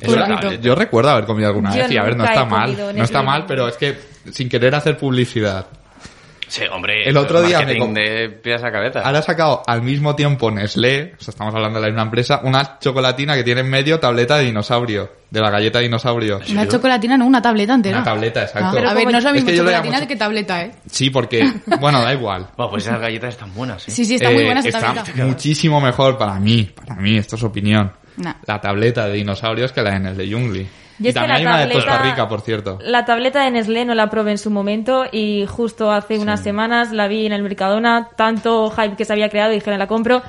Speaker 1: Eso
Speaker 4: esa
Speaker 1: era-
Speaker 4: tableta.
Speaker 1: yo recuerdo haber comido alguna
Speaker 3: Yo
Speaker 1: vez y a ver, no
Speaker 3: nunca
Speaker 1: está
Speaker 3: he comido
Speaker 1: mal. No está
Speaker 3: Nestlé.
Speaker 1: mal, pero es que sin querer hacer publicidad.
Speaker 4: Sí, hombre.
Speaker 1: El
Speaker 4: esto es
Speaker 1: otro día me
Speaker 4: marketing
Speaker 1: com-
Speaker 4: de pies a cabeza.
Speaker 1: Ahora ha sacado al mismo tiempo Nestlé, o sea, estamos hablando de la misma empresa, una chocolatina que tiene en medio tableta de dinosaurio, de la galleta dinosaurio.
Speaker 5: Una chocolatina, no, una tableta entera.
Speaker 1: Una tableta, exacto.
Speaker 5: Ah, a ver, no es la
Speaker 1: Es
Speaker 5: misma
Speaker 1: que yo le llamo
Speaker 5: chocolatina
Speaker 1: cho-
Speaker 5: que tableta, ¿eh?
Speaker 1: Sí, porque, bueno, da igual.
Speaker 4: Bueno, pues esas galletas están buenas. ¿eh?
Speaker 5: Sí, sí, está muy
Speaker 1: Eh,
Speaker 5: buena esa
Speaker 1: está
Speaker 5: tableta.
Speaker 1: muchísimo mejor para mí, para mí, esto es opinión.
Speaker 5: Nah.
Speaker 1: La tableta de dinosaurios que la de Nestlé Jungli.
Speaker 3: Yo
Speaker 1: Y
Speaker 3: es que
Speaker 1: también
Speaker 3: la
Speaker 1: hay una de
Speaker 3: tableta-
Speaker 1: Costa Rica, por cierto.
Speaker 3: La tableta de Nestlé no la probé en su momento y justo hace unas semanas la vi en el Mercadona, tanto hype que se había creado y dije, me la compro.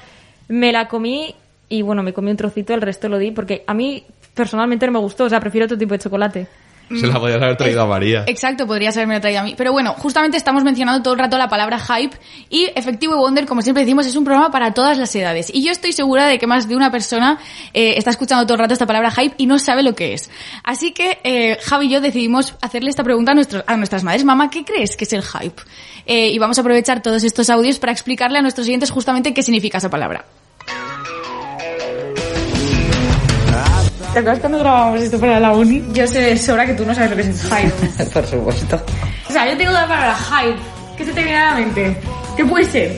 Speaker 3: Me la comí y bueno, me comí un trocito, el resto lo di porque a mí personalmente no me gustó, o sea, prefiero otro tipo de chocolate.
Speaker 5: Mm.
Speaker 1: Se la podías haber traído a María.
Speaker 5: Exacto, podrías haberme traído a mí. Pero bueno, justamente estamos mencionando todo el rato la palabra hype y Efectivo Wonder, como siempre decimos, es un programa para todas las edades. Y yo estoy segura de que más de una persona eh, está escuchando todo el rato esta palabra hype y no sabe lo que es. Así que eh, Javi y yo decidimos hacerle esta pregunta a, nuestro- a nuestras madres. Mamá, ¿qué crees que es el hype? Eh, y vamos a aprovechar todos estos audios para explicarle a nuestros oyentes justamente qué significa esa palabra.
Speaker 10: ¿Te acuerdas cuando grabamos esto para la uni?
Speaker 5: Yo sé de sobra que tú no sabes lo que es el hype.
Speaker 8: Por supuesto.
Speaker 10: O sea, yo tengo la palabra hype. ¿Qué se te viene a la mente? ¿Qué puede ser?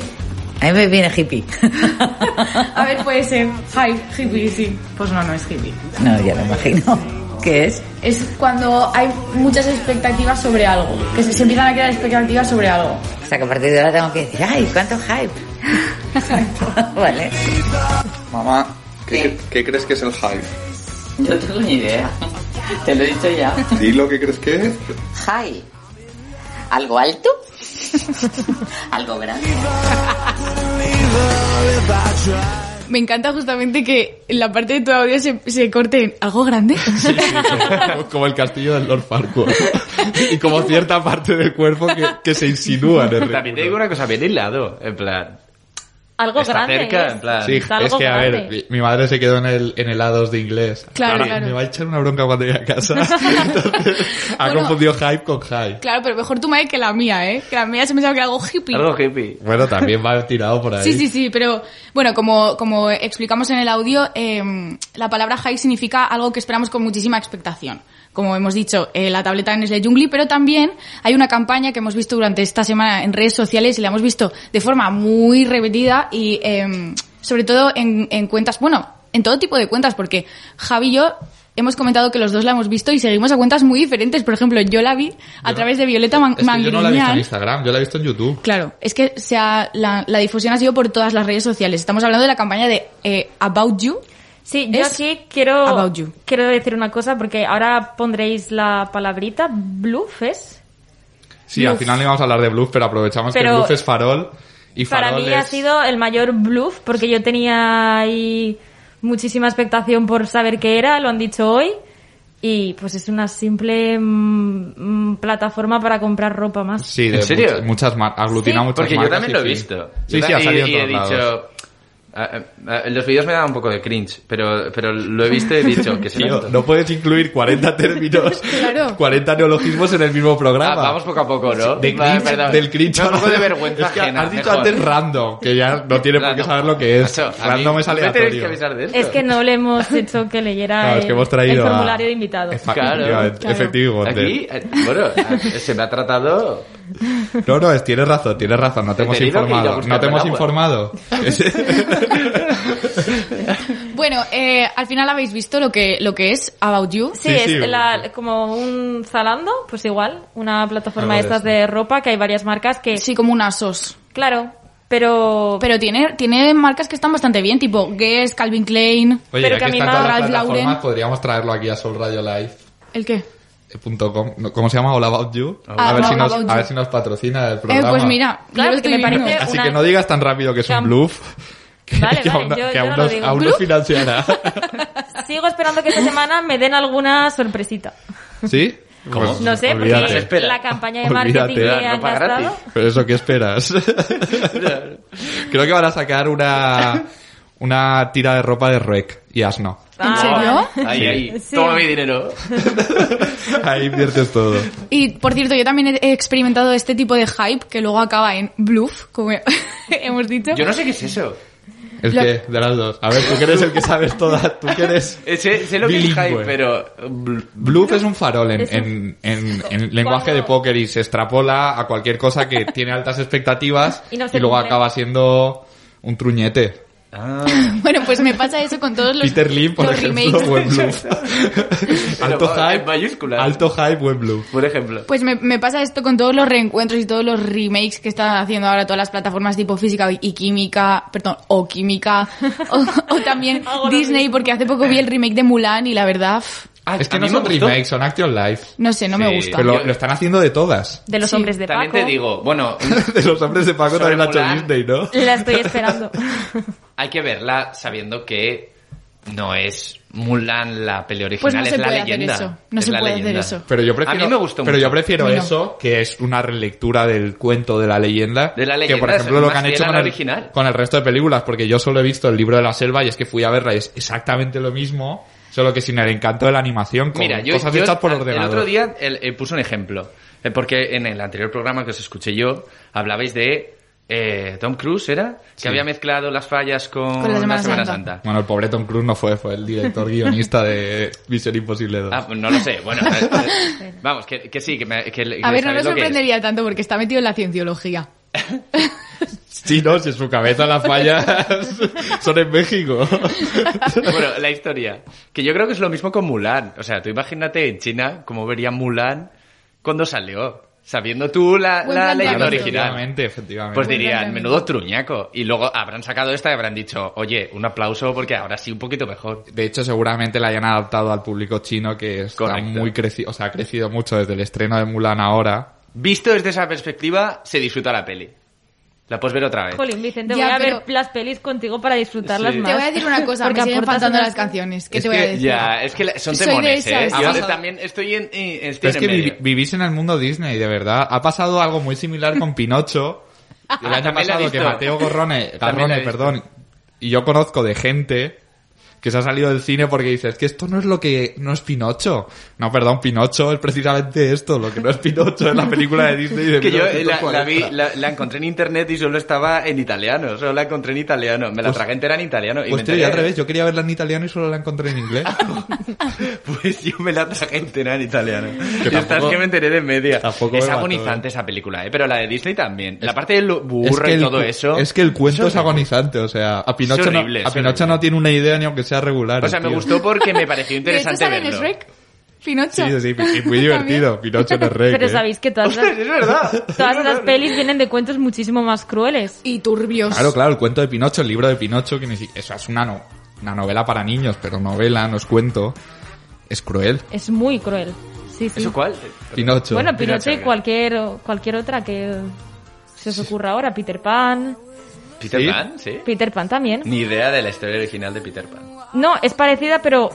Speaker 8: A mí me viene hippie.
Speaker 10: A ver, puede ser hype, hippie, sí. Pues no, no es hippie.
Speaker 8: No, ya lo imagino. ¿Qué es?
Speaker 10: Es cuando hay muchas expectativas sobre algo. Que se, se empiezan a crear expectativas sobre algo.
Speaker 8: O sea, que a partir de ahora tengo que decir, ay, cuánto hype. vale.
Speaker 11: Mamá, ¿qué, qué crees que es el hype?
Speaker 6: No tengo ni idea. Te lo he dicho ya.
Speaker 11: Di lo que crees que es.
Speaker 7: Hi. ¿Algo alto? ¿Algo grande?
Speaker 5: me encanta justamente que en la parte de tu audio se, se corte en algo grande.
Speaker 1: Como el castillo del Lord Farquaad. y como cierta parte del cuerpo que, que se insinúa en el río.
Speaker 4: También te digo una cosa, bien hilado, en plan.
Speaker 3: Algo
Speaker 4: Está
Speaker 3: grande. ¿eh?
Speaker 4: cerca,
Speaker 3: es.
Speaker 4: en plan.
Speaker 1: Sí,
Speaker 3: Está
Speaker 1: es
Speaker 3: algo
Speaker 1: que a ver,
Speaker 3: grande.
Speaker 1: mi, mi madre se quedó en el en helados de inglés.
Speaker 5: Claro,
Speaker 1: Ahora,
Speaker 5: claro.
Speaker 1: Me va a echar una bronca cuando llegue a casa. Entonces, ha
Speaker 5: Bueno.
Speaker 1: confundido hype con hype.
Speaker 5: Claro, pero mejor tu madre que la mía, ¿eh? Que la mía se pensaba que era algo hippie.
Speaker 4: hippie.
Speaker 1: Bueno, también va tirado por ahí.
Speaker 5: Sí, sí, sí, pero bueno, como, como explicamos en el audio, eh, la palabra high significa algo que esperamos con muchísima expectación. Como hemos dicho, eh, la tableta en Nestlé Jungli, pero también hay una campaña que hemos visto durante esta semana en redes sociales y la hemos visto de forma muy repetida y eh, sobre todo en, en cuentas, bueno, en todo tipo de cuentas, porque Javi y yo hemos comentado que los dos la hemos visto y seguimos a cuentas muy diferentes. Por ejemplo, yo la vi a través de Violeta Man
Speaker 1: Es que yo no la he visto en
Speaker 5: Mangriñán.
Speaker 1: Instagram, yo la he visto en YouTube.
Speaker 5: Claro, es que se ha- la, la difusión ha sido por todas las redes sociales. Estamos hablando de la campaña de eh, About You.
Speaker 3: Sí, yo
Speaker 5: Es
Speaker 3: aquí quiero,
Speaker 5: about you.
Speaker 3: quiero decir una cosa porque ahora pondréis la palabrita bluff, ¿es?
Speaker 1: Sí, al final no íbamos a hablar de bluff, pero aprovechamos que
Speaker 3: Pero-
Speaker 1: bluff es farol. Y farol
Speaker 3: Para mí
Speaker 1: es...
Speaker 3: ha sido el mayor bluff porque yo tenía ahí muchísima expectación por saber qué era, lo han dicho hoy. Y pues es una simple mm, mm, plataforma para comprar ropa más.
Speaker 1: Sí, de
Speaker 4: ¿En serio?
Speaker 1: much- muchas mar- aglutina muchas
Speaker 4: Porque yo
Speaker 1: marcas
Speaker 4: también
Speaker 1: y
Speaker 4: lo he
Speaker 1: sí.
Speaker 4: visto.
Speaker 1: Sí,
Speaker 4: Yo
Speaker 1: sí, ha
Speaker 4: y-
Speaker 1: salido en
Speaker 4: y he
Speaker 1: todos lados.
Speaker 4: dicho. ah, ah, ah, los vídeos me daban un poco de cringe, pero, pero lo he visto y he dicho que se
Speaker 1: Tío, no puedes incluir 40 términos,
Speaker 5: Claro.
Speaker 1: 40 neologismos en el mismo programa.
Speaker 4: Ah, vamos poco a poco, ¿no?
Speaker 1: De
Speaker 4: Vale,
Speaker 1: cringe,
Speaker 4: perdón.
Speaker 1: del cringe.
Speaker 4: No, un poco de
Speaker 1: ahora-
Speaker 4: vergüenza
Speaker 1: Es que
Speaker 4: ajena,
Speaker 1: Has dicho
Speaker 4: mejor.
Speaker 1: antes random, que ya no tiene por qué saber lo que es.
Speaker 4: Macho, a mí
Speaker 1: random es
Speaker 4: no me tenéis que
Speaker 1: aleatorio.
Speaker 4: avisar de esto.
Speaker 3: Es que no le hemos hecho que leyera
Speaker 1: Claro, es
Speaker 3: el,
Speaker 1: que hemos traído
Speaker 3: el
Speaker 1: a-
Speaker 3: formulario de invitados.
Speaker 1: Efa- efectivamente, efectivo, Gondel.
Speaker 4: Aquí, eh, bueno, eh, se me ha tratado.
Speaker 1: No, no, es- tienes razón, tienes razón, no te
Speaker 4: He
Speaker 1: hemos
Speaker 4: tenido que ir a
Speaker 1: informado.
Speaker 4: buscarme
Speaker 1: No te
Speaker 4: el
Speaker 1: hemos
Speaker 4: agua.
Speaker 1: informado.
Speaker 5: Bueno, eh, al final habéis visto lo que, lo que es About You.
Speaker 3: Sí, es la- como un Zalando, pues igual, una plataforma de
Speaker 5: Algo de
Speaker 3: estas de ropa que hay varias marcas que...
Speaker 5: Sí, como una SOS.
Speaker 3: Claro, pero...
Speaker 5: Pero tiene, tiene marcas que están bastante bien, tipo Guess, Calvin Klein,
Speaker 1: Oye, ya que están todas las
Speaker 5: Ralph
Speaker 1: plataformas,
Speaker 5: Lauren.
Speaker 1: podríamos traerlo aquí a soulradiolife.com.
Speaker 5: ¿El qué? Eh,
Speaker 1: eh, no, ¿Cómo se llama? All About You.
Speaker 5: Ah,
Speaker 1: a, ver
Speaker 5: All
Speaker 1: si nos,
Speaker 5: About
Speaker 1: a
Speaker 5: You.
Speaker 1: ver si nos patrocina el
Speaker 5: Eh,
Speaker 1: programa.
Speaker 5: pues mira,
Speaker 3: Claro,
Speaker 5: yo lo
Speaker 3: que
Speaker 5: estoy
Speaker 3: me parece
Speaker 5: viendo.
Speaker 1: Así
Speaker 3: Eh, una-
Speaker 1: que no digas tan rápido que es un
Speaker 3: Cam-
Speaker 1: bluff. Que,
Speaker 3: Vale,
Speaker 1: que
Speaker 3: vale,
Speaker 1: aún,
Speaker 3: yo-
Speaker 1: que
Speaker 3: yo
Speaker 1: aún
Speaker 3: no lo
Speaker 1: nos,
Speaker 3: digo.
Speaker 1: aún nos
Speaker 3: ¿Bluff?
Speaker 1: financiará.
Speaker 3: Sigo esperando que esta semana me den alguna sorpresita.
Speaker 1: ¿Sí? Pues,
Speaker 3: ¿Cómo? No sé, porque
Speaker 1: olvídate.
Speaker 3: la campaña de marketing
Speaker 1: Olvídate.
Speaker 3: que han gastado...
Speaker 1: Pero eso, ¿qué esperas? Creo que van a sacar una, una tira de ropa de Rec y Asno.
Speaker 4: ¿En
Speaker 5: serio?
Speaker 4: Ah, Ahí, ahí.
Speaker 5: Sí.
Speaker 4: Toma mi dinero.
Speaker 1: Ahí inviertes todo.
Speaker 5: Y por cierto, yo también he experimentado este tipo de hype que luego acaba en bluff, como hemos dicho.
Speaker 4: Yo no sé qué es eso.
Speaker 1: El
Speaker 5: Lo-
Speaker 1: que, de las dos. A ver, tú que eres el que sabes todas. Tú que eres.
Speaker 4: Eh, Sé, sé lo que es
Speaker 1: Bilingüe.
Speaker 4: hype, pero. bl-
Speaker 1: Bluff es un farol en,
Speaker 4: Es un-
Speaker 1: en- en- en lenguaje de póker y se extrapola a cualquier cosa que tiene altas expectativas
Speaker 5: Y no
Speaker 1: y,
Speaker 5: se
Speaker 1: luego
Speaker 5: cumple.
Speaker 1: acaba siendo un truñete.
Speaker 5: Bueno, pues me pasa eso con todos los,
Speaker 1: Peter Lim, por
Speaker 5: los
Speaker 1: ejemplo,
Speaker 5: remakes.
Speaker 1: buen bluff. alto
Speaker 4: eh,
Speaker 1: hype, alto hype, buen bluff.
Speaker 4: Por ejemplo.
Speaker 5: Pues me, me pasa esto con todos los reencuentros y todos los remakes que están haciendo ahora todas las plataformas tipo física y química, perdón, o química, o, o también Disney, porque hace poco vi el remake de Mulan y la verdad, pff,
Speaker 1: es que
Speaker 4: a
Speaker 1: no
Speaker 4: mí me
Speaker 1: son
Speaker 4: gustó.
Speaker 1: remakes, son Action Life.
Speaker 5: no sé, no me gusta.
Speaker 1: Pero lo, lo están haciendo de todas.
Speaker 3: De los hombres de
Speaker 4: También
Speaker 3: Paco.
Speaker 4: te digo, bueno,
Speaker 1: De los hombres de Paco
Speaker 4: Sobre
Speaker 1: también la ha hecho
Speaker 4: Mulan.
Speaker 1: Disney, ¿no?
Speaker 3: La estoy esperando.
Speaker 4: hay que verla sabiendo que no es Mulan la peli original,
Speaker 5: Pues no
Speaker 4: es
Speaker 5: se
Speaker 4: la
Speaker 5: puede hacer
Speaker 4: leyenda.
Speaker 5: eso, no
Speaker 4: Es
Speaker 5: se
Speaker 4: la
Speaker 5: puede hacer
Speaker 4: leyenda.
Speaker 5: eso.
Speaker 1: Pero yo prefiero,
Speaker 4: A mí me gustó
Speaker 1: pero yo
Speaker 4: mucho.
Speaker 1: prefiero
Speaker 4: A mí no.
Speaker 1: eso, que es una relectura del cuento de la leyenda.
Speaker 4: De la
Speaker 1: que por
Speaker 4: leyenda,
Speaker 1: ejemplo
Speaker 4: es
Speaker 1: lo que
Speaker 4: más
Speaker 1: han hecho
Speaker 4: fiel a
Speaker 1: con
Speaker 4: la
Speaker 1: el,
Speaker 4: original.
Speaker 1: con el resto de películas, porque yo solo he visto el libro de la selva y es que fui a verla y es exactamente lo mismo, solo que sin el encanto de la animación, con
Speaker 4: Mira, yo,
Speaker 1: cosas
Speaker 4: yo
Speaker 1: hechas por
Speaker 4: el
Speaker 1: ordenador.
Speaker 4: otro día el- eh, puse un ejemplo, eh, porque en el anterior programa que os escuché yo, hablabais de eh, Tom Cruise, ¿era? Que había mezclado las fallas con,
Speaker 5: Con la Semana Santa.
Speaker 4: Santa.
Speaker 1: Bueno, el pobre Tom Cruise no fue, fue el director guionista de Misión Imposible 2.
Speaker 4: Ah, pues no lo sé, bueno, eh, eh, vamos, que, que sí, que, me, que, que
Speaker 5: A ver, no me
Speaker 4: sabéis lo que es.
Speaker 5: sorprendería tanto porque está metido en la cienciología.
Speaker 1: Sí, no, si en su cabeza las fallas son en México.
Speaker 4: Bueno, la historia. Que yo creo que es lo mismo con Mulan. O sea, tú imagínate en China cómo vería Mulan cuando salió. Sabiendo tú la,
Speaker 1: Buen
Speaker 4: la
Speaker 1: planteamiento.
Speaker 4: leyenda original.
Speaker 1: Efectivamente, efectivamente.
Speaker 4: Pues
Speaker 1: Buen
Speaker 4: dirían,
Speaker 1: planteamiento.
Speaker 4: menudo truñaco. Y luego habrán sacado esta y habrán dicho, oye, un aplauso porque ahora sí un poquito mejor.
Speaker 1: De hecho, seguramente la hayan adaptado al público chino que está
Speaker 4: Correcto.
Speaker 1: muy crecido, o sea, ha crecido mucho desde el estreno de Mulan ahora.
Speaker 4: Visto desde esa perspectiva, se disfruta la peli. La puedes ver otra vez.
Speaker 3: Jolín, Vicente,
Speaker 5: Ya,
Speaker 3: voy a
Speaker 5: pero-
Speaker 3: ver las pelis contigo para disfrutarlas
Speaker 4: Sí.
Speaker 3: más.
Speaker 5: Te voy a decir una cosa,
Speaker 3: Porque
Speaker 5: me siguen
Speaker 3: aportas
Speaker 5: faltando
Speaker 3: unas-
Speaker 5: las canciones. ¿Qué
Speaker 4: Es
Speaker 5: te voy a
Speaker 4: que,
Speaker 5: decir?
Speaker 4: Ya, es que la- son
Speaker 5: Soy de
Speaker 4: temones, ¿eh?
Speaker 5: esas.
Speaker 4: Yo
Speaker 5: Ha pasado-
Speaker 4: también estoy en... en- estoy
Speaker 1: Pero es
Speaker 4: en
Speaker 1: que
Speaker 4: medio.
Speaker 1: vi- vivís en el mundo Disney, de verdad. Ha pasado algo muy similar con Pinocho. El año
Speaker 4: Ah, También la he
Speaker 1: pasado que
Speaker 4: visto.
Speaker 1: Mateo Gorrone,
Speaker 4: También la he
Speaker 1: Garrone,
Speaker 4: visto.
Speaker 1: perdón, y yo conozco de gente que se ha salido del cine porque dice, es que esto no es lo que, no es Pinocho. No, perdón, Pinocho es precisamente esto, lo que no es Pinocho es la película de Disney de
Speaker 4: que yo eh, la,
Speaker 1: 1940.
Speaker 4: la vi, la, la encontré en internet y solo estaba en italiano. Solo la encontré en italiano. Me la
Speaker 1: Pues-
Speaker 4: tragué entera en italiano. y me
Speaker 1: Pues tío, y al
Speaker 4: enteré-
Speaker 1: revés, yo quería verla en italiano y solo la encontré en inglés.
Speaker 4: Pues yo me la traje entera en italiano. Y
Speaker 1: tampoco-
Speaker 4: estás que me enteré de media.
Speaker 1: tampoco
Speaker 4: Es
Speaker 1: me mató,
Speaker 4: agonizante esa película, ¿eh? Pero la de Disney también. La parte del burro
Speaker 1: es que
Speaker 4: y
Speaker 1: el
Speaker 4: todo
Speaker 1: cu-
Speaker 4: eso...
Speaker 1: Es que el cuento es agonizante, o sea, a Pinocho,
Speaker 4: horrible,
Speaker 1: no, a
Speaker 4: es
Speaker 1: Pinocho no tiene una idea ni aunque sea regular.
Speaker 4: O sea,
Speaker 1: el
Speaker 4: me
Speaker 1: tío.
Speaker 4: gustó porque me pareció
Speaker 5: ¿De hecho
Speaker 4: interesante
Speaker 5: sale en
Speaker 4: verlo.
Speaker 5: Shrek? ¿Pinocho?
Speaker 1: Sí, sí, sí, y muy divertido. Pinocho no es rey.
Speaker 3: Pero
Speaker 1: ¿eh?
Speaker 3: sabéis que todas las, todas las pelis vienen de cuentos muchísimo más crueles.
Speaker 5: Y turbios.
Speaker 1: Claro, claro, el cuento de Pinocho, el libro de Pinocho, que ni si- eso es una, no- una novela para niños, pero novela, no es cuento. Es cruel.
Speaker 3: Es muy cruel. Sí, sí.
Speaker 1: ¿Eso
Speaker 4: cuál?
Speaker 1: Pinocho.
Speaker 3: Bueno, Pinocho y cualquier, cualquier otra que se os ocurra ahora. Peter Pan.
Speaker 4: ¿Peter
Speaker 1: ¿Sí?
Speaker 4: Pan? ¿Sí?
Speaker 3: Peter Pan también.
Speaker 4: Ni idea de la historia original de Peter Pan.
Speaker 3: No, es parecida, pero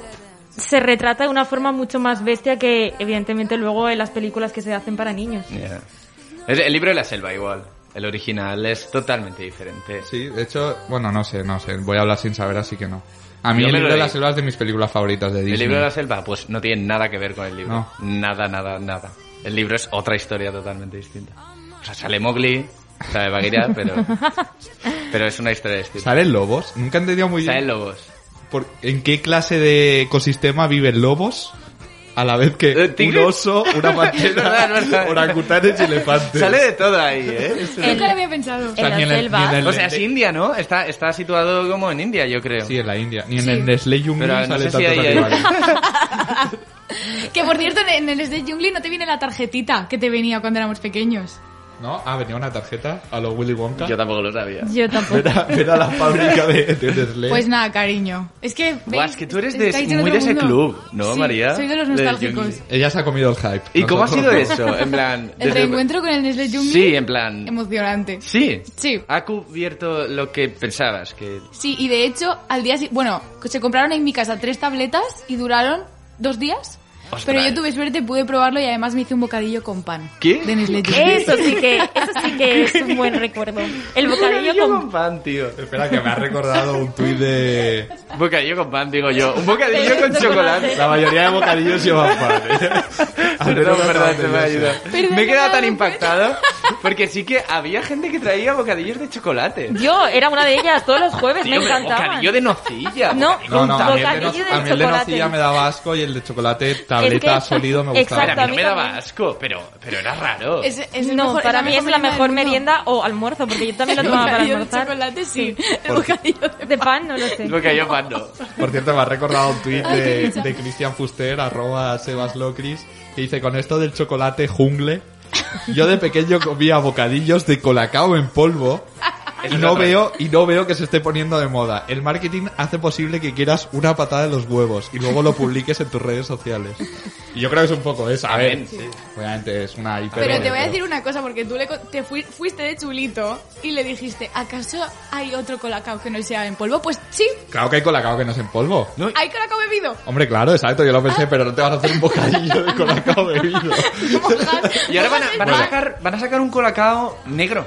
Speaker 3: se retrata de una forma mucho más bestia que, evidentemente, luego en las películas que se hacen para niños.
Speaker 4: Ya. Es el libro de la selva igual. El original es totalmente diferente.
Speaker 1: Sí, de hecho, bueno, no sé, no sé. Voy a hablar sin saber, así que no. A mí
Speaker 4: Yo
Speaker 1: el
Speaker 4: me lo
Speaker 1: libro de
Speaker 4: leí.
Speaker 1: la selva es de mis películas favoritas de Disney.
Speaker 4: El libro de la selva, pues no tiene nada que ver con el libro.
Speaker 1: No.
Speaker 4: Nada, nada, nada. El libro es otra historia totalmente distinta. O sea, sale Mowgli, sale Bagheera, pero, pero es una historia distinta.
Speaker 1: ¿Salen lobos? Nunca he entendido muy bien.
Speaker 4: Salen lobos.
Speaker 1: por- ¿En qué clase de ecosistema viven lobos? A la vez que un
Speaker 4: tigres?
Speaker 1: oso, una
Speaker 4: Eh, Es verdad, es
Speaker 1: pantera,
Speaker 4: verdad.
Speaker 1: orangutanes y elefantes.
Speaker 4: Sale de todo ahí, ¿eh?
Speaker 5: Nunca lo había pensado.
Speaker 1: sea, ni en el- ni en el-
Speaker 4: O sea, es India, ¿no? Está, está situado como en India, yo creo.
Speaker 1: Sí, en la India. Ni en el Nestlé Jungli
Speaker 4: Pero no
Speaker 1: sale
Speaker 4: sé si
Speaker 1: tantos
Speaker 4: hay-
Speaker 1: animales.
Speaker 5: Que por cierto, en el Stage Jungli no te viene la tarjetita que te venía cuando éramos pequeños.
Speaker 1: ¿No? Ah, venía una tarjeta a los Willy Wonka.
Speaker 4: Yo tampoco lo sabía.
Speaker 3: Yo tampoco.
Speaker 1: Ven a, ven a la fábrica de, de Nestlé.
Speaker 5: Pues nada, cariño. Es que.
Speaker 4: Buah,
Speaker 5: ¿veis?
Speaker 4: es que tú eres de-
Speaker 5: Estáis en
Speaker 4: muy de
Speaker 5: otro
Speaker 4: ese
Speaker 5: mundo.
Speaker 4: club, ¿no,
Speaker 5: Sí,
Speaker 4: María?
Speaker 5: Soy de los
Speaker 4: Del
Speaker 5: nostálgicos.
Speaker 4: Jungli.
Speaker 1: Ella se ha comido el hype.
Speaker 4: ¿Y cómo ha sido
Speaker 1: Nosotros no.
Speaker 4: eso? En plan...
Speaker 5: El
Speaker 4: desde-
Speaker 5: reencuentro con el Nestlé Jungli.
Speaker 4: Sí, en plan...
Speaker 5: Emocionante.
Speaker 4: Sí.
Speaker 5: Sí.
Speaker 4: Ha cubierto lo que pensabas que...
Speaker 5: Sí, y de hecho, al día si- Bueno, se compraron en mi casa tres tabletas y duraron dos días.
Speaker 4: Ostras.
Speaker 5: Pero yo tuve suerte, pude probarlo y además me hice un bocadillo con pan.
Speaker 4: ¿Qué?
Speaker 5: De Nestlé Jungli.
Speaker 3: Eso sí que, eso sí que es un buen recuerdo. El bocadillo
Speaker 4: Bocadillo
Speaker 3: con
Speaker 4: con pan, tío.
Speaker 1: Espera, que me ha recordado un tuit de...
Speaker 4: Bocadillo con pan, digo yo. Un bocadillo con chocolate.
Speaker 1: La mayoría de bocadillos llevan pan. ¿eh? Al menos
Speaker 4: Perdón, perdón, te me ha
Speaker 1: bastante,
Speaker 4: ayudado.
Speaker 1: yo sé.
Speaker 4: Me he quedado tan impactado porque sí que había gente que traía bocadillos de chocolate.
Speaker 3: Yo era una de ellas todos los jueves,
Speaker 4: Tío,
Speaker 3: me
Speaker 4: pero
Speaker 3: encantaban.
Speaker 4: Bocadillo de nocilla.
Speaker 3: No,
Speaker 4: bocadillo
Speaker 1: No,
Speaker 4: con
Speaker 1: no,
Speaker 4: pan.
Speaker 1: a mí el de,
Speaker 3: Bocadillo
Speaker 1: noc-
Speaker 3: de
Speaker 1: a mí el de
Speaker 3: chocolate.
Speaker 1: nocilla me daba asco y el de chocolate tableta
Speaker 3: Es que-
Speaker 1: sólido me gustaba.
Speaker 3: Exacto,
Speaker 4: Pero a mí
Speaker 3: mí
Speaker 4: no me daba
Speaker 3: también.
Speaker 4: asco, pero, pero era raro.
Speaker 5: Es- es el
Speaker 3: no,
Speaker 5: mejor-
Speaker 3: para
Speaker 5: es la
Speaker 3: mí es
Speaker 5: mejor
Speaker 3: la
Speaker 5: merienda
Speaker 3: mejor
Speaker 5: del mundo.
Speaker 3: merienda o almuerzo, porque yo también lo
Speaker 5: El
Speaker 3: tomaba para
Speaker 5: bocadillo de
Speaker 3: almorzar.
Speaker 5: chocolate, sí. El
Speaker 1: Por-
Speaker 5: bocadillo de
Speaker 3: De pan, no lo sé.
Speaker 4: Bocadillo pan no.
Speaker 1: Por cierto, me ha recordado un tuit
Speaker 5: Ay, qué
Speaker 1: de,
Speaker 5: risa.
Speaker 1: de Cristian Fuster, arroba sebaslocris, que dice, con esto del chocolate jungle, yo de pequeño comía bocadillos de colacao en polvo
Speaker 4: Eso
Speaker 1: y
Speaker 4: es
Speaker 1: no,
Speaker 4: otra vez.
Speaker 1: veo, y no veo que se esté poniendo de moda. El marketing hace posible que quieras una patada en los huevos y luego lo publiques en tus redes sociales. Y yo creo que es un poco eso. A ver,
Speaker 4: Amén, sí.
Speaker 1: obviamente es una hiper...
Speaker 5: Pero te voy a decir una cosa, porque tú le, co- te fui- fuiste de chulito y le dijiste, ¿acaso hay otro colacao que no sea en polvo? Pues sí,
Speaker 1: Claro que hay colacao que no es en polvo.
Speaker 5: hay colacao bebido.
Speaker 1: Hombre, claro, exacto, yo lo
Speaker 5: Ah.
Speaker 1: pensé, pero no te vas a hacer un bocadillo de colacao bebido.
Speaker 4: Y ahora van a, van a
Speaker 5: Bueno.
Speaker 4: sacar, van a sacar un colacao negro.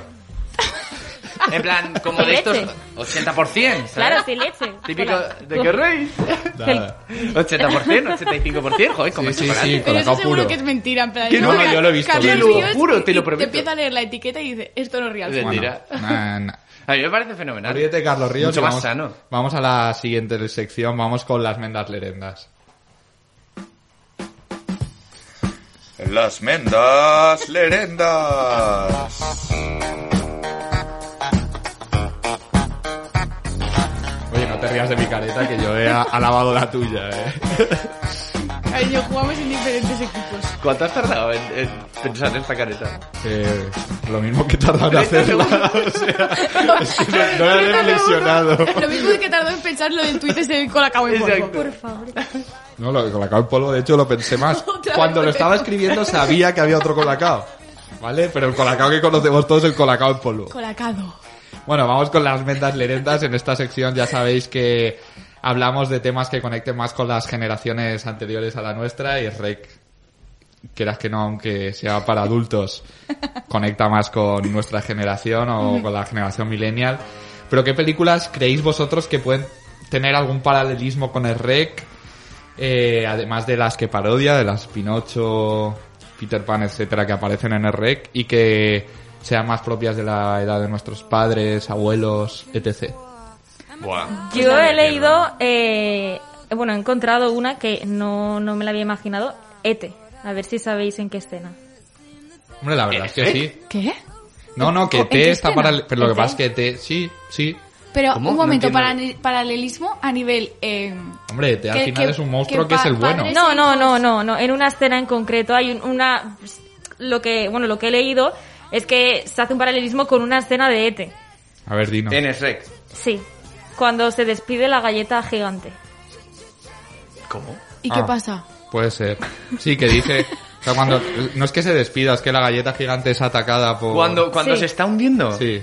Speaker 4: En plan, como de estos
Speaker 3: Leche.
Speaker 4: 80%. ¿sabes?
Speaker 3: Claro, sin leche.
Speaker 4: Típico
Speaker 3: Hola.
Speaker 4: de que reís.
Speaker 1: Nada.
Speaker 4: 80%, 85%, joder, como
Speaker 1: Sí, sí,
Speaker 4: el chocolate.
Speaker 1: sí.
Speaker 5: Pero eso
Speaker 1: Colacao
Speaker 5: seguro
Speaker 1: puro.
Speaker 5: que es mentira, en plan...
Speaker 1: Que no,
Speaker 5: luego
Speaker 1: no, yo lo he visto,
Speaker 5: Carlos
Speaker 1: te lo
Speaker 5: Ríos
Speaker 4: juro, te lo
Speaker 5: y
Speaker 4: prometo.
Speaker 5: empieza a leer la etiqueta y dice, esto no es real.
Speaker 4: Bueno. Mentira.
Speaker 1: na, na.
Speaker 4: A mí me parece fenomenal.
Speaker 1: Ríete, Carlos Ríos.
Speaker 4: Mucho
Speaker 1: y
Speaker 4: más
Speaker 1: vamos,
Speaker 4: sano.
Speaker 1: Vamos a la siguiente sección, vamos con las mendas lerendas.
Speaker 11: Las mendas lerendas.
Speaker 1: Oye, no te rías de mi careta, que yo he a- alabado la tuya, eh.
Speaker 5: Cariño, jugamos en diferentes equipos.
Speaker 4: ¿Cuánto has tardado en, en pensar en esta careta?
Speaker 1: Eh, lo mismo que tardan en
Speaker 4: 30
Speaker 1: hacerla. O sea, es que no, no he reflexionado.
Speaker 5: Lo mismo que tardó en pensar lo del tuit ese del colacao en polvo.
Speaker 4: Exacto.
Speaker 1: No, lo de colacao en polvo, de hecho, lo pensé más.
Speaker 5: Otra vez
Speaker 1: Cuando lo
Speaker 5: volvemos.
Speaker 1: estaba escribiendo sabía que había otro colacao. ¿Vale? Pero el colacao que conocemos todos es el colacao en polvo.
Speaker 5: Colacado.
Speaker 1: Bueno, vamos con las mentas lerendas. En esta sección ya sabéis que hablamos de temas que conecten más con las generaciones anteriores a la nuestra y REC, quieras que no, aunque sea para adultos, conecta más con nuestra generación o con la generación millennial. Pero ¿qué películas creéis vosotros que pueden tener algún paralelismo con el REC? Eh, además de las que parodia, de las Pinocho, Peter Pan, etcétera, que aparecen en el REC y que sean más propias de la edad de nuestros padres, abuelos, etc.
Speaker 3: Yo he leído, eh, bueno, he encontrado una que no, no me la había imaginado, Ete. A ver si sabéis en qué escena.
Speaker 1: Hombre, la verdad es que sí.
Speaker 5: ¿Qué?
Speaker 1: No, no, que
Speaker 5: ¿En
Speaker 1: T
Speaker 5: qué
Speaker 1: está
Speaker 5: escena?
Speaker 1: para... Pero lo que
Speaker 5: ¿En
Speaker 1: pasa es
Speaker 5: qué?
Speaker 1: que T... Sí, sí.
Speaker 5: Pero
Speaker 1: ¿Cómo?
Speaker 5: un
Speaker 1: No
Speaker 5: momento,
Speaker 1: entiendo.
Speaker 5: parane- paralelismo a nivel... eh,
Speaker 1: Hombre, T al
Speaker 5: que-
Speaker 1: final
Speaker 5: que-
Speaker 1: es un monstruo que, es
Speaker 5: pa-
Speaker 1: el bueno.
Speaker 5: padres
Speaker 3: No, no, no, no, no. En una escena en concreto hay un- una... Lo que, bueno, lo que he leído es que se hace un paralelismo con una escena de E Ete.
Speaker 1: A ver, Dino.
Speaker 4: En el REC.
Speaker 3: Sí. Cuando se despide la galleta gigante.
Speaker 4: ¿Cómo?
Speaker 5: ¿Y qué
Speaker 1: Ah.
Speaker 5: pasa?
Speaker 1: Puede ser. Sí, que dice... O sea, cuando... No es que se despida, es que la galleta gigante es atacada por...
Speaker 4: Cuando, cuando se está hundiendo.
Speaker 1: Oh. Sí.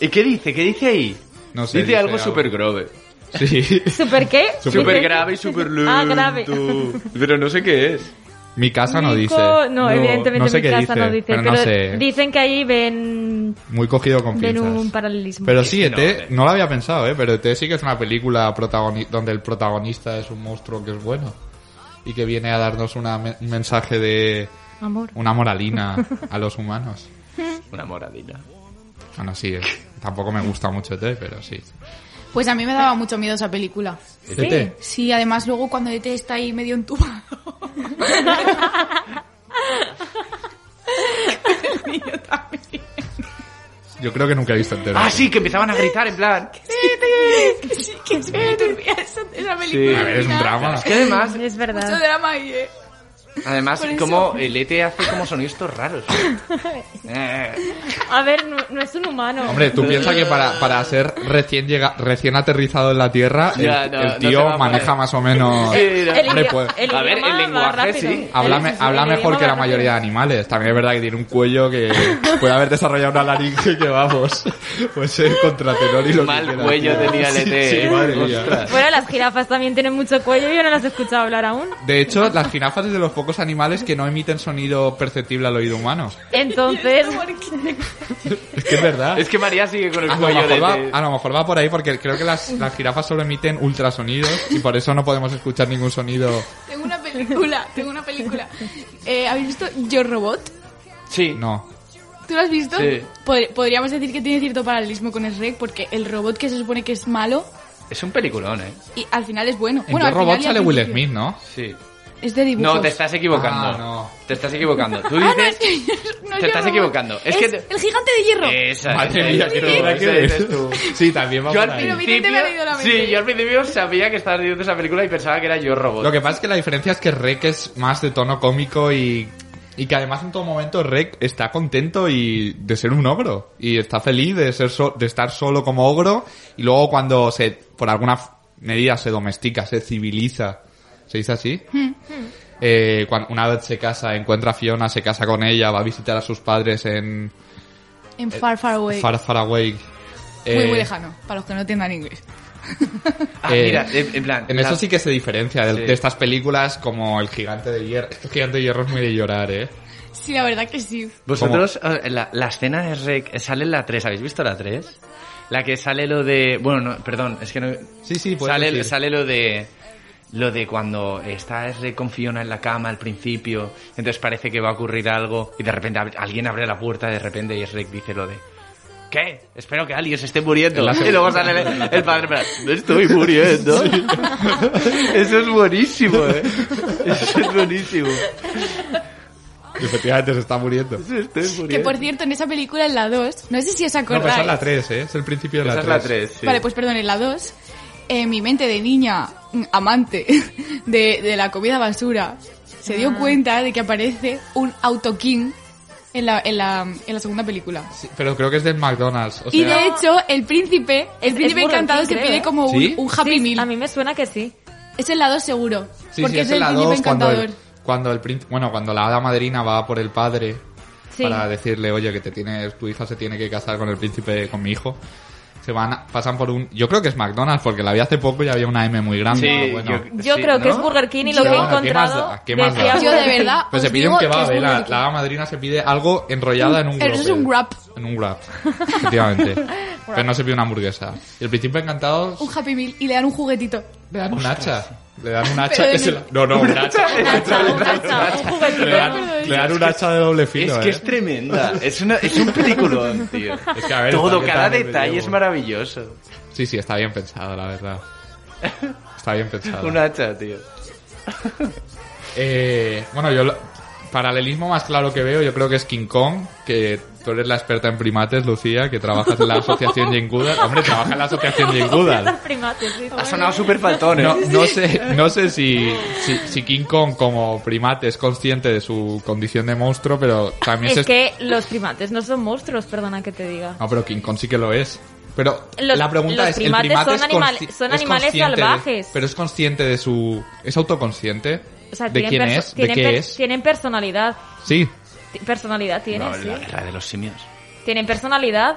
Speaker 4: ¿Y qué dice? ¿Qué dice ahí?
Speaker 1: No sé,
Speaker 4: dice,
Speaker 1: dice
Speaker 4: algo
Speaker 1: algo.
Speaker 4: súper grave.
Speaker 1: Sí.
Speaker 3: ¿Súper qué?
Speaker 4: Súper grave y súper lento.
Speaker 3: Ah, grave.
Speaker 4: Pero no sé qué es.
Speaker 1: Mi casa no dice.
Speaker 3: Co- No, evidentemente
Speaker 1: no sé
Speaker 3: mi
Speaker 1: qué
Speaker 3: casa no dice,
Speaker 1: pero,
Speaker 3: pero,
Speaker 1: no sé.
Speaker 3: dicen que ahí ven,
Speaker 1: Muy cogido con
Speaker 3: ven
Speaker 1: pinzas.
Speaker 3: un paralelismo.
Speaker 1: Pero sí, ET, no lo había pensado, ¿eh? Pero ET sí que es una película protagoni- donde el protagonista es un monstruo que es bueno. Y que viene a darnos una me- un mensaje de...
Speaker 3: Amor.
Speaker 1: Una moralina a los humanos.
Speaker 4: Una moradina.
Speaker 1: Bueno, sí, eh, tampoco me gusta mucho ET, pero sí.
Speaker 5: Pues a mí me daba mucho miedo esa película.
Speaker 4: ¿E
Speaker 1: ¿Sí? ¿ET?
Speaker 5: Sí, además luego cuando ET está ahí medio entubado.
Speaker 1: Yo creo que nunca he visto E entero.
Speaker 4: Ah, sí, que empezaban a gritar en plan. Eh,
Speaker 5: que sí, que sí, me turbia esa, esa película.
Speaker 1: A ver, es un drama.
Speaker 4: Es que además,
Speaker 3: Es verdad.
Speaker 5: Mucho drama ahí, eh.
Speaker 4: además
Speaker 5: Por eso.
Speaker 4: como el ET hace como sonidos raros. Eh,
Speaker 3: A ver, no, no es un humano.
Speaker 1: Hombre, tú piensas que para, para ser recién llega, recién aterrizado en la Tierra, el,
Speaker 4: Ya, no,
Speaker 1: el
Speaker 4: no
Speaker 1: tío
Speaker 4: se va a poner.
Speaker 1: maneja más o menos...
Speaker 4: Sí, no.
Speaker 3: El
Speaker 1: Hombre,
Speaker 3: idio-
Speaker 1: pues,
Speaker 3: el
Speaker 4: a ver,
Speaker 3: idioma
Speaker 4: el
Speaker 3: va
Speaker 4: lenguaje
Speaker 3: rápido.
Speaker 4: sí.
Speaker 1: Habla,
Speaker 3: El-
Speaker 1: me-
Speaker 3: el
Speaker 1: habla
Speaker 3: idioma
Speaker 1: mejor
Speaker 3: va
Speaker 1: que la
Speaker 3: rápido.
Speaker 1: mayoría de animales. También es verdad que tiene un cuello que puede haber desarrollado una laringe que vamos. Pues el contratenor y lo
Speaker 4: Mal
Speaker 1: que quiera,
Speaker 4: cuello
Speaker 1: tío.
Speaker 4: tenía el ET,
Speaker 1: Sí, sí,
Speaker 4: eh.
Speaker 1: madre mía.
Speaker 4: Ostras.
Speaker 3: Bueno, las jirafas también tienen mucho cuello, yo no las he escuchado hablar aún.
Speaker 1: De hecho, las jirafas es de los pocos animales que no emiten sonido perceptible al oído humano.
Speaker 3: Entonces,
Speaker 1: Es que es verdad.
Speaker 4: es que María sigue con el
Speaker 1: a, lo
Speaker 4: cuello de E
Speaker 1: mejor va,
Speaker 4: ET.
Speaker 1: a lo mejor va por ahí porque creo que las, las jirafas solo emiten ultrasonidos y por eso no podemos escuchar ningún sonido.
Speaker 5: Tengo una película, tengo una película. Eh, ¿Habéis visto Yo Robot?
Speaker 4: Sí.
Speaker 1: No.
Speaker 5: ¿Tú lo has visto?
Speaker 4: Sí.
Speaker 5: Pod- podríamos decir que tiene cierto paralelismo con el Shrek porque el robot que se supone que es malo
Speaker 4: Es un peliculón, eh.
Speaker 5: y al final es bueno.
Speaker 1: En
Speaker 5: bueno,
Speaker 1: Yo
Speaker 5: al
Speaker 1: Robot
Speaker 5: final y al
Speaker 1: sale Will
Speaker 5: principio.
Speaker 1: Smith, ¿no?
Speaker 4: Sí.
Speaker 5: Es de dibujos.
Speaker 4: No, te estás equivocando.
Speaker 1: Ah, no.
Speaker 4: Te estás equivocando. Tú
Speaker 5: Ah, no,
Speaker 4: dices.
Speaker 5: es que no es
Speaker 4: te
Speaker 5: Yo
Speaker 4: estás
Speaker 5: Robot.
Speaker 4: equivocando. Es que te-
Speaker 5: el gigante de hierro.
Speaker 1: Eh.
Speaker 4: Esa,
Speaker 1: Madre
Speaker 4: esa,
Speaker 1: mía,
Speaker 4: esa,
Speaker 1: que
Speaker 4: esa,
Speaker 1: tendrá que
Speaker 4: esa,
Speaker 1: ver.
Speaker 4: esa es tú.
Speaker 1: Sí, también va
Speaker 4: Yo
Speaker 1: por
Speaker 4: al
Speaker 1: ahí.
Speaker 5: Pero Vicente me ha leído la mente.
Speaker 4: sí, yo al principio sabía que estabas viendo esa película y pensaba que era yo robot.
Speaker 1: Lo que pasa es que la diferencia es que Rek es más de tono cómico y, y que además en todo momento Rek está contento y de ser un ogro y está feliz de ser so- de estar solo como ogro y luego cuando se por alguna f- medida se domestica, se civiliza, se dice así.
Speaker 5: Hmm.
Speaker 1: Eh, cuan- una vez se casa, encuentra a Fiona, se casa con ella, va a visitar a sus padres en
Speaker 5: En Far Far Away.
Speaker 1: Far Far Away.
Speaker 5: muy,
Speaker 1: Eh,
Speaker 5: muy lejano, para los que no entiendan inglés.
Speaker 4: Ah,
Speaker 1: Eh,
Speaker 4: mira, en en plan.
Speaker 1: En
Speaker 4: la-
Speaker 1: eso sí que se diferencia de,
Speaker 4: Sí.
Speaker 1: de estas películas como El Gigante de Hierro. Este Gigante de Hierro es muy de llorar, ¿eh?
Speaker 5: Sí, la verdad que sí.
Speaker 4: Vosotros, eh, la, la escena de Rec sale en la 3, ¿habéis visto la 3? La que sale lo de. Bueno, no, perdón, es que no.
Speaker 1: Sí, sí, puedes
Speaker 4: sale,
Speaker 1: decir.
Speaker 4: sale lo de. Lo de cuando está Rec con Fiona en la cama al principio, entonces parece que va a ocurrir algo y de repente ab- alguien abre la puerta de repente y Rec dice lo de. ¿Qué? Espero que alguien se esté muriendo. Y luego sale el, el padre, en plan, no estoy muriendo. Eso es buenísimo, ¿eh? Eso es buenísimo.
Speaker 1: Y efectivamente se está muriendo.
Speaker 4: Estoy muriendo.
Speaker 5: Que por cierto, en esa película, en la 2, no sé si os
Speaker 1: No, pues
Speaker 5: acordáis.
Speaker 1: pero esa es la 3, ¿eh? Es el principio de la
Speaker 4: Esa
Speaker 1: 3.
Speaker 4: es la 3, sí.
Speaker 5: Vale, pues perdón, en la 2, eh, mi mente de niña mm, amante de, de la comida basura se
Speaker 3: Ah.
Speaker 5: dio cuenta de que aparece un autoking en la, en la, en la segunda película.
Speaker 1: Sí, pero creo que es del McDonald's. O
Speaker 5: y
Speaker 1: sea,
Speaker 5: de hecho, el príncipe, el
Speaker 3: es
Speaker 5: príncipe
Speaker 3: Burger
Speaker 5: encantado
Speaker 3: King,
Speaker 5: se
Speaker 3: creo,
Speaker 5: pide
Speaker 3: ¿eh?
Speaker 5: como un,
Speaker 1: ¿Sí?
Speaker 5: un Happy
Speaker 3: sí, a
Speaker 5: Meal.
Speaker 3: mí me suena que sí.
Speaker 5: Es en la 2 seguro.
Speaker 1: sí,
Speaker 5: porque
Speaker 1: sí,
Speaker 5: es
Speaker 1: en
Speaker 5: el
Speaker 1: la
Speaker 5: príncipe
Speaker 1: 2 cuando
Speaker 5: encantador.
Speaker 1: el, cuando el prín- bueno, cuando la hada madrina va por el padre
Speaker 3: Sí.
Speaker 1: para decirle, oye, que te tienes, tu hija se tiene que casar con el príncipe, con mi hijo. Se van, a- pasan por un, yo creo que es McDonald's, porque la vi hace poco y había una M muy grande.
Speaker 4: Sí,
Speaker 1: pero bueno.
Speaker 3: Yo creo que es Burger King y lo que he
Speaker 1: Bueno, ¿qué más
Speaker 3: encontrado.
Speaker 1: da? ¿Qué más
Speaker 3: decía
Speaker 1: da?
Speaker 12: Yo de verdad.
Speaker 1: Pues se
Speaker 12: os
Speaker 1: pide
Speaker 12: digo
Speaker 1: un
Speaker 12: que es
Speaker 1: kebab, eh,
Speaker 12: Burger
Speaker 1: la,
Speaker 12: King.
Speaker 1: la hada madrina se pide algo enrollada en un
Speaker 12: Eso es un
Speaker 1: grab.
Speaker 12: wrap,
Speaker 1: En un wrap, efectivamente. Pero no se pide una hamburguesa. Y el príncipe encantado
Speaker 12: un Happy Meal y le dan un juguetito.
Speaker 1: le dan un hacha. Le dan un hacha
Speaker 12: Pero
Speaker 1: que
Speaker 12: en
Speaker 1: se
Speaker 12: el-
Speaker 1: la- No, no, un hacha. Le dan, le dan un hacha de doble filo.
Speaker 4: Es que este-
Speaker 1: eh.
Speaker 4: es tremenda. Es, una, es un peliculón, tío.
Speaker 1: Es que, a ver,
Speaker 4: Todo,
Speaker 1: también
Speaker 4: cada
Speaker 1: también
Speaker 4: detalle
Speaker 1: me
Speaker 4: es
Speaker 1: llevo.
Speaker 4: maravilloso.
Speaker 1: Sí, sí, está bien pensado, la verdad. Está bien pensado.
Speaker 4: Un hacha, tío.
Speaker 1: Eh, bueno, yo lo- paralelismo más claro que veo, yo creo que es King Kong, que tú eres la experta en primates, Lucía, que trabajas en la asociación Jengudas. Hombre, trabaja en la asociación Jengudas.
Speaker 4: Ha sonado súper faltón, ¿eh?
Speaker 1: No, no sé, no sé si, si, si King Kong como primate es consciente de su condición de monstruo, pero también se...
Speaker 3: Es que los primates no son monstruos, perdona que te diga.
Speaker 1: No, pero King Kong sí que lo es. Pero
Speaker 3: Los-
Speaker 1: la pregunta
Speaker 3: los
Speaker 1: es,
Speaker 3: primates
Speaker 1: ¿el primate
Speaker 3: son
Speaker 1: es
Speaker 3: animal-
Speaker 1: consci-
Speaker 3: son
Speaker 1: es
Speaker 3: animales
Speaker 1: consciente de-
Speaker 3: salvajes.
Speaker 1: pero es consciente de su... ¿Es autoconsciente?
Speaker 3: O sea,
Speaker 1: ¿De
Speaker 3: tienen
Speaker 1: quién
Speaker 3: perso-
Speaker 1: es? ¿De
Speaker 3: tienen
Speaker 1: qué
Speaker 3: per-
Speaker 1: es?
Speaker 3: Tienen personalidad.
Speaker 1: Sí.
Speaker 3: Ti- Personalidad tienen,
Speaker 4: No,
Speaker 3: sí.
Speaker 4: la guerra de los simios.
Speaker 3: Tienen personalidad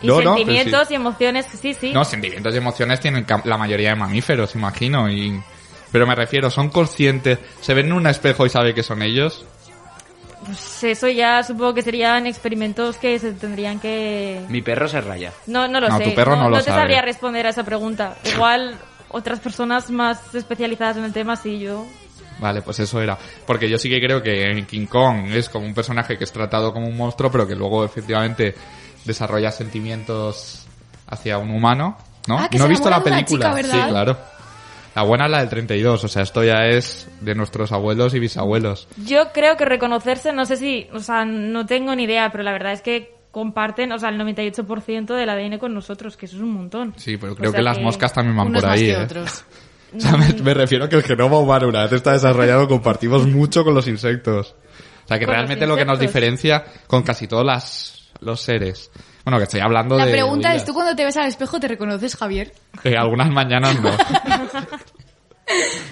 Speaker 3: y
Speaker 1: No, no, pero
Speaker 3: sentimientos y emociones. Sí, sí.
Speaker 1: No, sentimientos y emociones tienen cam- la mayoría de mamíferos, imagino. Y... Pero me refiero, ¿son conscientes? ¿Se ven en un espejo y sabe que son ellos?
Speaker 3: Pues eso ya supongo que serían experimentos que se tendrían que...
Speaker 4: Mi perro se raya.
Speaker 3: No, no lo
Speaker 1: No,
Speaker 3: sé.
Speaker 1: tu perro no lo
Speaker 3: te
Speaker 1: sabe.
Speaker 3: sabría responder a esa pregunta. Igual otras personas más especializadas en el tema, sí, yo...
Speaker 1: Vale, pues eso era. Porque yo sí que creo que en King Kong es como un personaje que es tratado como un monstruo, pero que luego efectivamente desarrolla sentimientos hacia un humano, ¿no?
Speaker 12: Ah, que
Speaker 1: no he
Speaker 12: se
Speaker 1: visto la
Speaker 12: enamora de una
Speaker 1: película.
Speaker 12: chica,
Speaker 1: sí,
Speaker 12: ¿verdad?
Speaker 1: claro. La buena es la del 32, o sea, esto ya es de nuestros abuelos y bisabuelos.
Speaker 3: Yo creo que reconocerse, no sé si, o sea, no tengo ni idea, pero la verdad es que comparten, o sea, el 98% del ADN con nosotros, que eso es un montón.
Speaker 1: Sí, pero
Speaker 3: O
Speaker 1: creo
Speaker 3: sea
Speaker 1: que las moscas también van
Speaker 12: Unos
Speaker 1: por
Speaker 12: más
Speaker 1: ahí,
Speaker 12: que
Speaker 1: ¿eh?
Speaker 12: otros.
Speaker 1: O sea, me, me refiero que el genoma humano una vez está desarrollado compartimos mucho con los insectos. O sea, que
Speaker 3: Con los
Speaker 1: realmente lo que nos
Speaker 3: insectos.
Speaker 1: diferencia con casi todos las, los seres. Bueno, que estoy hablando
Speaker 12: La
Speaker 1: de...
Speaker 12: pregunta es,
Speaker 1: oídas.
Speaker 12: ¿tú cuando te ves al espejo te reconoces, Javier?
Speaker 1: Eh, algunas mañanas no.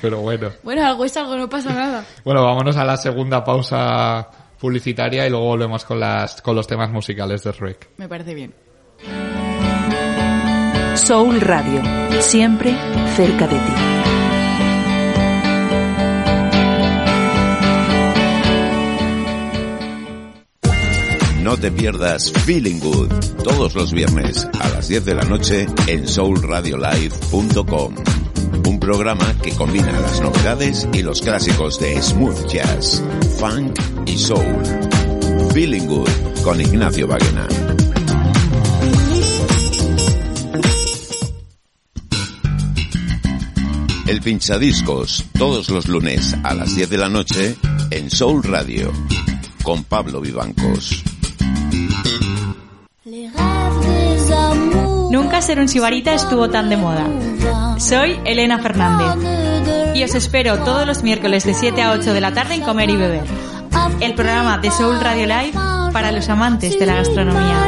Speaker 1: Pero bueno.
Speaker 12: Bueno, algo es algo, no pasa nada.
Speaker 1: Bueno, vámonos a la segunda pausa publicitaria y luego volvemos con las con los temas musicales de Shrek.
Speaker 12: Me parece bien.
Speaker 13: Soul Radio, siempre cerca de ti.
Speaker 14: No te pierdas Feeling Good todos los viernes a las 10 de la noche en soulradiolive.com. Un programa que combina las novedades y los clásicos de smooth jazz, funk y soul. Feeling Good con Ignacio Baguena. El pinchadiscos todos los lunes a las 10 de la noche en Soul Radio con Pablo Vivancos.
Speaker 5: Nunca ser un sibarita estuvo tan de moda. Soy Elena Fernández y os espero todos los miércoles de 7 a 8 de la tarde en Comer y Beber, el programa de Soul Radio Live para los amantes de la gastronomía.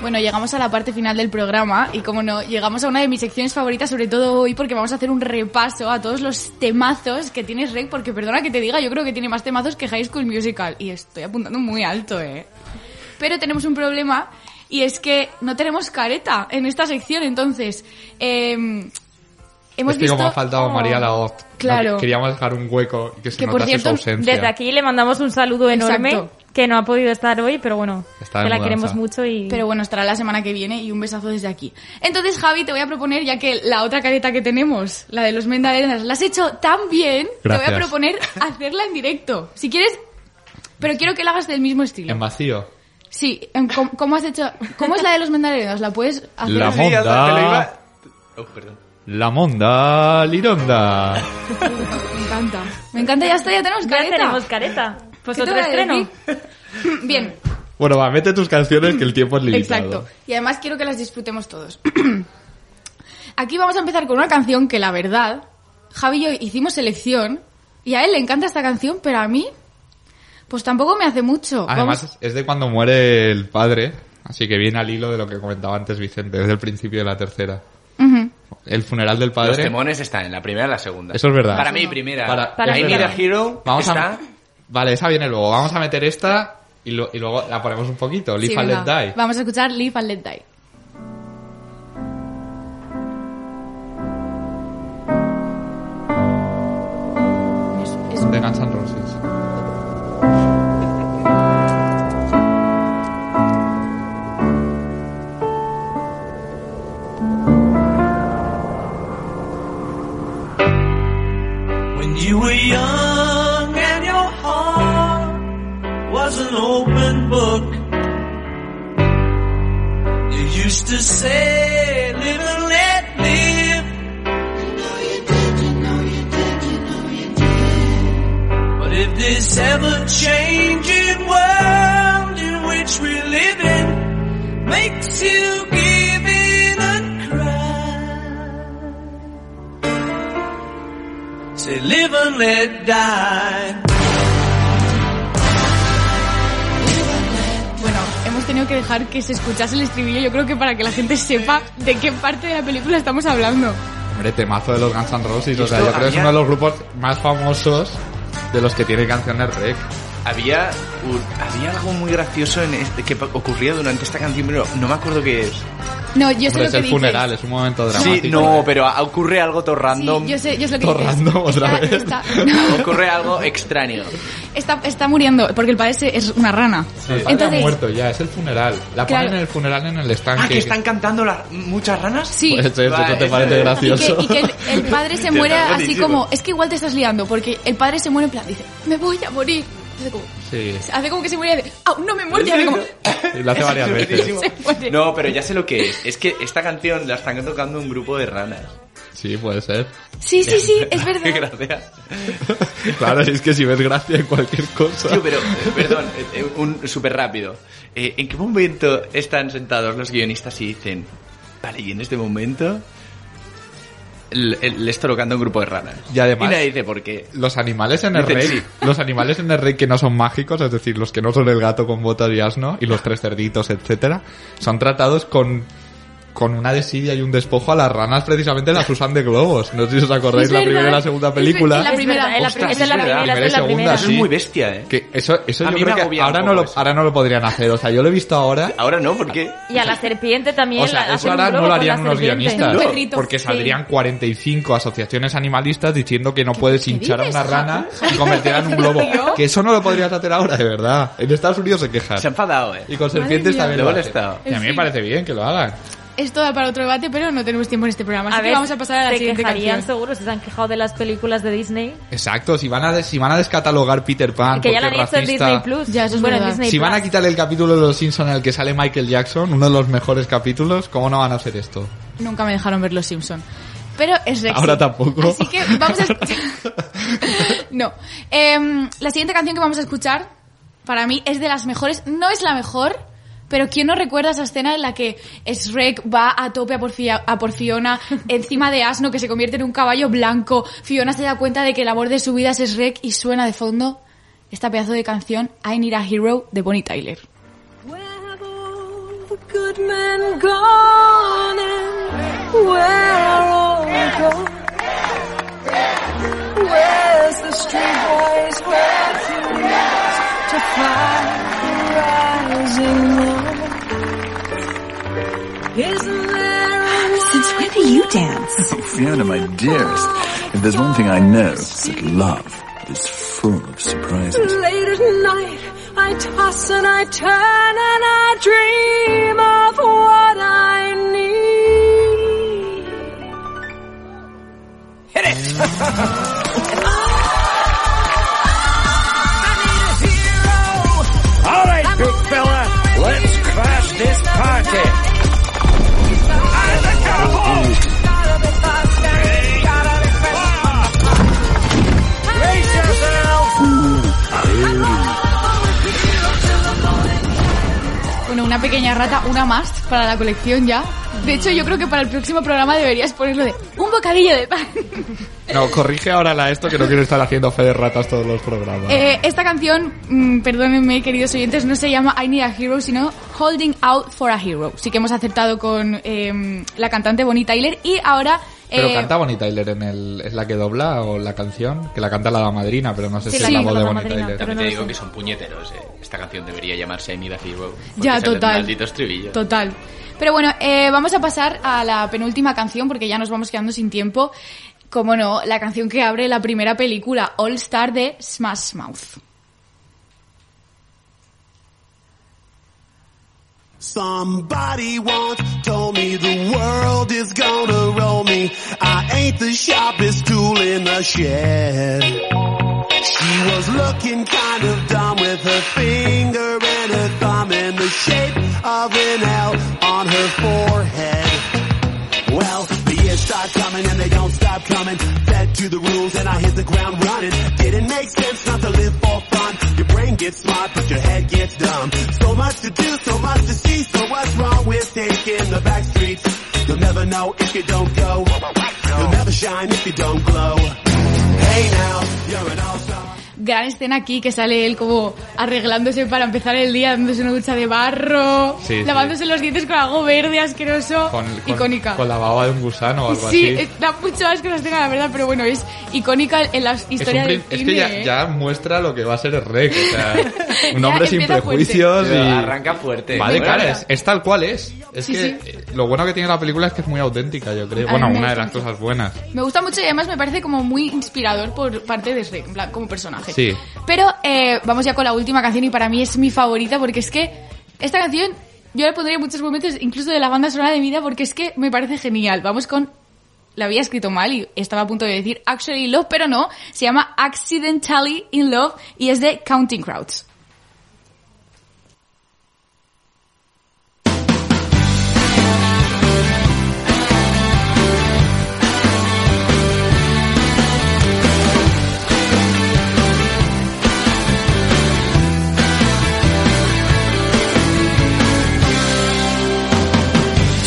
Speaker 12: Bueno, llegamos a la parte final del programa y como no, llegamos a una de mis secciones favoritas, sobre todo hoy, porque vamos a hacer un repaso a todos los temazos que tiene Rec, porque perdona que te diga, yo creo que tiene más temazos que High School Musical y estoy apuntando muy alto, ¿eh? Pero tenemos un problema y es que no tenemos careta en esta sección, entonces... em, hemos
Speaker 1: es que como
Speaker 12: visto-
Speaker 1: ha faltado María Laoz. no,
Speaker 12: Claro.
Speaker 1: que- queríamos dejar un hueco y que se
Speaker 12: Que, por
Speaker 1: notase
Speaker 12: cierto,
Speaker 1: su ausencia.
Speaker 3: Desde aquí le mandamos un saludo enorme, que no ha podido estar hoy, pero bueno,
Speaker 1: Está
Speaker 3: que
Speaker 1: de
Speaker 3: la
Speaker 1: mudanza.
Speaker 3: queremos mucho y...
Speaker 12: Pero bueno, estará la semana que viene y un besazo desde aquí. Entonces, Javi, te voy a proponer, ya que la otra careta que tenemos, la de los Mendadenas, la has hecho tan bien, te voy
Speaker 1: Gracias.
Speaker 12: a proponer hacerla en directo. Si quieres, pero quiero que la hagas del mismo estilo.
Speaker 1: En vacío.
Speaker 12: Sí, en com- ¿cómo, has hecho? ¿Cómo es la de los Mendadenas? ¿La puedes hacer?
Speaker 1: La
Speaker 12: así?
Speaker 1: monda.
Speaker 4: Oh,
Speaker 1: La monda lironda.
Speaker 12: Me encanta. Me encanta, ya está, ya tenemos
Speaker 3: Ya
Speaker 12: careta.
Speaker 3: tenemos careta. Pues
Speaker 12: ¿Qué te
Speaker 3: otro
Speaker 12: voy a
Speaker 3: estreno.
Speaker 12: decir? Bien,
Speaker 1: Bueno, va, mete tus canciones que el tiempo es limitado.
Speaker 12: Exacto. Y además quiero que las disfrutemos todos. Aquí vamos a empezar con una canción que la verdad, Javi y yo hicimos selección y a él le encanta esta canción, pero a mí pues tampoco me hace mucho.
Speaker 1: Además,
Speaker 12: Vamos-
Speaker 1: es de cuando muere el padre. Así que viene al hilo de lo que comentaba antes Vicente, desde el principio de la tercera. El funeral del
Speaker 4: Los
Speaker 1: padre.
Speaker 4: temones están en la primera y la segunda.
Speaker 1: Eso es verdad.
Speaker 4: Para mí, primera.
Speaker 1: Para-
Speaker 4: Para
Speaker 1: es
Speaker 4: mí,
Speaker 1: verdad.
Speaker 4: The Hero
Speaker 1: Vamos a-
Speaker 4: está...
Speaker 1: Vale, esa viene luego. Vamos a meter esta y, lo- y luego la ponemos un poquito. Live
Speaker 12: Sí,
Speaker 1: and Let
Speaker 12: venga.
Speaker 1: Die.
Speaker 12: Vamos a escuchar Live and Let Die.
Speaker 1: De Guns N' Roses.
Speaker 8: When you were young and your heart was an open book, you used to say, live and let live. But if this ever changing world in which we live in makes you give in and cry, say live and let die.
Speaker 12: Bueno, hemos tenido que dejar que se escuchase el estribillo, yo creo que para que la gente sepa de qué parte de la película estamos hablando.
Speaker 1: Hombre, temazo de los Guns N' Roses. O
Speaker 4: Esto
Speaker 1: sea, yo creo que es
Speaker 4: había-
Speaker 1: uno de los grupos más famosos de los que tiene canciones rec.
Speaker 4: Había, un- había algo muy gracioso en este- que pa- ocurría durante esta canción, pero no me acuerdo qué es.
Speaker 12: No, yo sé lo
Speaker 1: Hombre, es
Speaker 12: que
Speaker 1: el
Speaker 12: dices.
Speaker 1: funeral, es un momento dramático.
Speaker 4: Sí, no, pero a- ocurre algo todo
Speaker 12: Sí,
Speaker 4: random.
Speaker 12: yo sé, yo sé lo que dices.
Speaker 1: otra
Speaker 12: Está-
Speaker 1: vez.
Speaker 12: está-
Speaker 4: Ocurre algo extraño.
Speaker 12: Está, está muriendo, porque el padre se- es una rana.
Speaker 1: Sí, el padre ha muerto ya, es el funeral. La
Speaker 12: Claro.
Speaker 1: ponen en el funeral en el estanque.
Speaker 4: Ah, que están cantando las muchas ranas.
Speaker 12: Sí.
Speaker 1: Pues eso,
Speaker 4: Vale,
Speaker 1: ¿no te
Speaker 4: eso
Speaker 1: parece
Speaker 12: Y
Speaker 4: es.
Speaker 12: que,
Speaker 1: gracioso?
Speaker 12: y que el, el padre se
Speaker 1: Te
Speaker 12: muere
Speaker 1: está
Speaker 12: así
Speaker 1: buenísimo.
Speaker 12: como... Es que igual te estás liando, porque el padre se muere en plan, dice, me voy a morir. Hace como,
Speaker 1: Sí.
Speaker 12: hace como que se muere y dice, ¡au, no me he muerto! Y hace como,
Speaker 1: Lo hace varias veces.
Speaker 4: No, pero ya sé lo que es. Es que esta canción la están tocando un grupo de ranas.
Speaker 1: Sí, puede ser.
Speaker 12: sí, sí, sí, es verdad.
Speaker 4: Qué gracia.
Speaker 1: Claro, es que si ves gracia en cualquier cosa.
Speaker 4: Tío, pero, eh, perdón, eh, eh, un súper rápido. Eh, ¿En qué momento están sentados los guionistas y dicen, vale, y en este momento l- el- le está tocando un grupo de ranas?
Speaker 1: Y además-
Speaker 4: nadie dice por qué.
Speaker 1: Los animales en el
Speaker 4: Dicen
Speaker 1: rey,
Speaker 4: sí.
Speaker 1: los animales en el rey que no son mágicos, es decir, los que no son el gato con botas y asno y los tres cerditos, etcétera, son tratados con con una desidia y un despojo a las ranas precisamente las usan de globos. No sé si os acordáis
Speaker 4: Es
Speaker 1: la primera y
Speaker 4: verdad.
Speaker 1: la segunda
Speaker 4: Es
Speaker 1: película.
Speaker 4: ver- en la primera, en la primera,
Speaker 1: Ostras,
Speaker 4: es en la primera,
Speaker 1: verdad,
Speaker 4: es en la
Speaker 1: y
Speaker 4: primera. Eso es
Speaker 1: sí.
Speaker 4: muy bestia, eh.
Speaker 1: Que eso eso
Speaker 4: A
Speaker 1: yo
Speaker 4: mí
Speaker 1: creo
Speaker 4: me
Speaker 1: que
Speaker 4: agobia un
Speaker 1: ahora no
Speaker 4: poco
Speaker 1: lo ahora no lo podrían hacer, o sea, yo lo he visto ahora.
Speaker 4: Ahora no, porque
Speaker 3: Y a la serpiente también.
Speaker 1: O sea,
Speaker 3: la,
Speaker 1: eso
Speaker 3: hacen un
Speaker 1: ahora no
Speaker 3: globo
Speaker 1: lo
Speaker 3: con
Speaker 1: harían
Speaker 3: la
Speaker 1: unos
Speaker 3: serpiente.
Speaker 1: guionistas. Porque saldrían 45 asociaciones animalistas diciendo que no puedes hinchar a
Speaker 4: dices?
Speaker 1: una rana y convertirla en un globo.
Speaker 4: Tío.
Speaker 1: Que eso no lo podrías hacer ahora, de verdad. En Estados Unidos se quejan.
Speaker 4: se ha enfadado, eh.
Speaker 1: Y con serpientes
Speaker 12: mía.
Speaker 1: también lo
Speaker 4: Luego le
Speaker 1: hacen.
Speaker 4: está.
Speaker 1: Y a mí me
Speaker 12: En fin.
Speaker 1: parece bien que lo hagan.
Speaker 12: Es toda para otro debate, pero no tenemos tiempo en este programa. Así que vamos a pasar a la
Speaker 3: se
Speaker 12: siguiente
Speaker 3: quejarían
Speaker 12: canción.
Speaker 3: seguro, si se han quejado de las películas de Disney.
Speaker 1: Exacto, si van a, des- si van a descatalogar Peter Pan
Speaker 3: que ya
Speaker 1: Ah, porque
Speaker 3: la
Speaker 1: es
Speaker 3: han hecho en
Speaker 1: racista,
Speaker 3: Disney Plus. Ya, eso es bueno, en Disney
Speaker 1: si van
Speaker 3: Plus.
Speaker 1: a quitar el capítulo de Los Simpsons en el que sale Michael Jackson, uno de los mejores capítulos, ¿cómo no van a hacer esto?
Speaker 12: Nunca me dejaron ver Los Simpson. Pero es
Speaker 3: Pues
Speaker 12: Rex.
Speaker 1: Ahora tampoco.
Speaker 12: Así que vamos a escuchar... no. Em, la siguiente canción que vamos a escuchar, para mí, es de las mejores. No es la mejor, pero ¿quién no recuerda esa escena en la que Shrek va a tope a por, Fi- a por Fiona encima de Asno, que se convierte en un caballo blanco? Fiona se da cuenta de que el amor de su vida es Shrek y suena de fondo esta pedazo de canción I Need a Hero de Bonnie Tyler.
Speaker 15: good men gone and where are all the gone? Where's the street boys refuge to fight the rising moon? Isn't there a
Speaker 16: Since when do you dance?
Speaker 17: Fiona, my dearest, if there's one thing I know, it's that love is full of surprises.
Speaker 15: Late at night, I toss and I turn and I dream of what I need. Hit it!
Speaker 8: All right, big fella, let's crash this party. Brace
Speaker 12: Bueno, una pequeña rata, una más para la colección ya.
Speaker 5: De hecho, yo creo que para el próximo programa deberías ponerlo de un bocadillo de pan.
Speaker 1: No, corrige ahora la esto que no quiero estar haciendo fe de ratas todos los programas.
Speaker 5: Eh, esta canción, mm, perdónenme queridos oyentes, no se llama I Need a Hero, sino Holding Out for a Hero. Sí que hemos acertado con eh, la cantante Bonnie Tyler y ahora...
Speaker 1: Pero
Speaker 5: eh,
Speaker 1: canta Bonnie Tyler en el... ¿Es la que dobla o la canción? Que la canta la madrina, pero no sé
Speaker 5: Sí,
Speaker 1: si
Speaker 5: la
Speaker 1: es la
Speaker 5: canta
Speaker 1: voz de
Speaker 5: la
Speaker 1: Bonnie
Speaker 5: madrina,
Speaker 1: Tyler.
Speaker 5: pero
Speaker 4: También
Speaker 5: no
Speaker 4: te
Speaker 5: lo
Speaker 4: digo
Speaker 5: sé.
Speaker 4: que son puñeteros. eh. Esta canción debería llamarse I Need a Hero. porque
Speaker 5: Ya,
Speaker 4: es el
Speaker 5: total.
Speaker 4: Maldito estribillo.
Speaker 5: Total. Pero bueno, eh, vamos a pasar a la penúltima canción porque ya nos vamos quedando sin tiempo. Como no, la canción que abre la primera película, All Star de Smash Mouth.
Speaker 18: Somebody once told me the world is gonna roll me. I ain't the sharpest tool in the shed. She was looking kind of dumb with her finger and her thumb in the shape of an L on her forehead. Well, the years start coming and they don't stop coming. Fed to the rules and I hit the ground running. Didn't make sense not to live for fun. Your brain gets smart, but your head gets dumb. So much to do, so much to see. So what's wrong with taking the back streets? You'll never know if you don't go. You'll never shine if you don't glow. Hey now, you're an all-star.
Speaker 5: Gran escena aquí que sale él como arreglándose para empezar el día, dándose una ducha de barro,
Speaker 1: Sí, sí.
Speaker 5: lavándose los dientes con algo verde asqueroso, icónica.
Speaker 1: con la baba de un gusano o algo
Speaker 5: sí,
Speaker 1: así.
Speaker 5: es- da mucho asco la escena, la verdad, pero bueno, es icónica en la
Speaker 1: Es
Speaker 5: historia
Speaker 1: un
Speaker 5: del
Speaker 1: prin- es que
Speaker 5: cine,
Speaker 1: ya,
Speaker 5: ¿eh?
Speaker 1: ya muestra lo que va a ser el rec. O sea, un
Speaker 5: Ya
Speaker 1: hombre sin
Speaker 5: empieza fuerte.
Speaker 1: prejuicios y.
Speaker 4: Arranca fuerte.
Speaker 1: Va de
Speaker 4: Bueno,
Speaker 1: cara, es, es tal cual es. Es
Speaker 5: Sí,
Speaker 1: que
Speaker 5: sí. Ah,
Speaker 1: eh, lo bueno que tiene la película es que es muy auténtica, yo creo.
Speaker 5: A
Speaker 1: bueno,
Speaker 5: mí me
Speaker 1: una de
Speaker 5: gusta
Speaker 1: las cosas buenas.
Speaker 5: Me gusta mucho y además me parece como muy inspirador por parte de Shrek, en plan, como personaje.
Speaker 1: Sí.
Speaker 5: Pero eh, vamos ya con la última canción y para mí es mi favorita porque es que esta canción yo la pondría en muchos momentos, incluso de la banda sonora de mi vida, porque es que me parece genial. Vamos con... La había escrito mal y estaba a punto de decir Actually in Love, pero no. Se llama Accidentally in Love y es de Counting Crowds.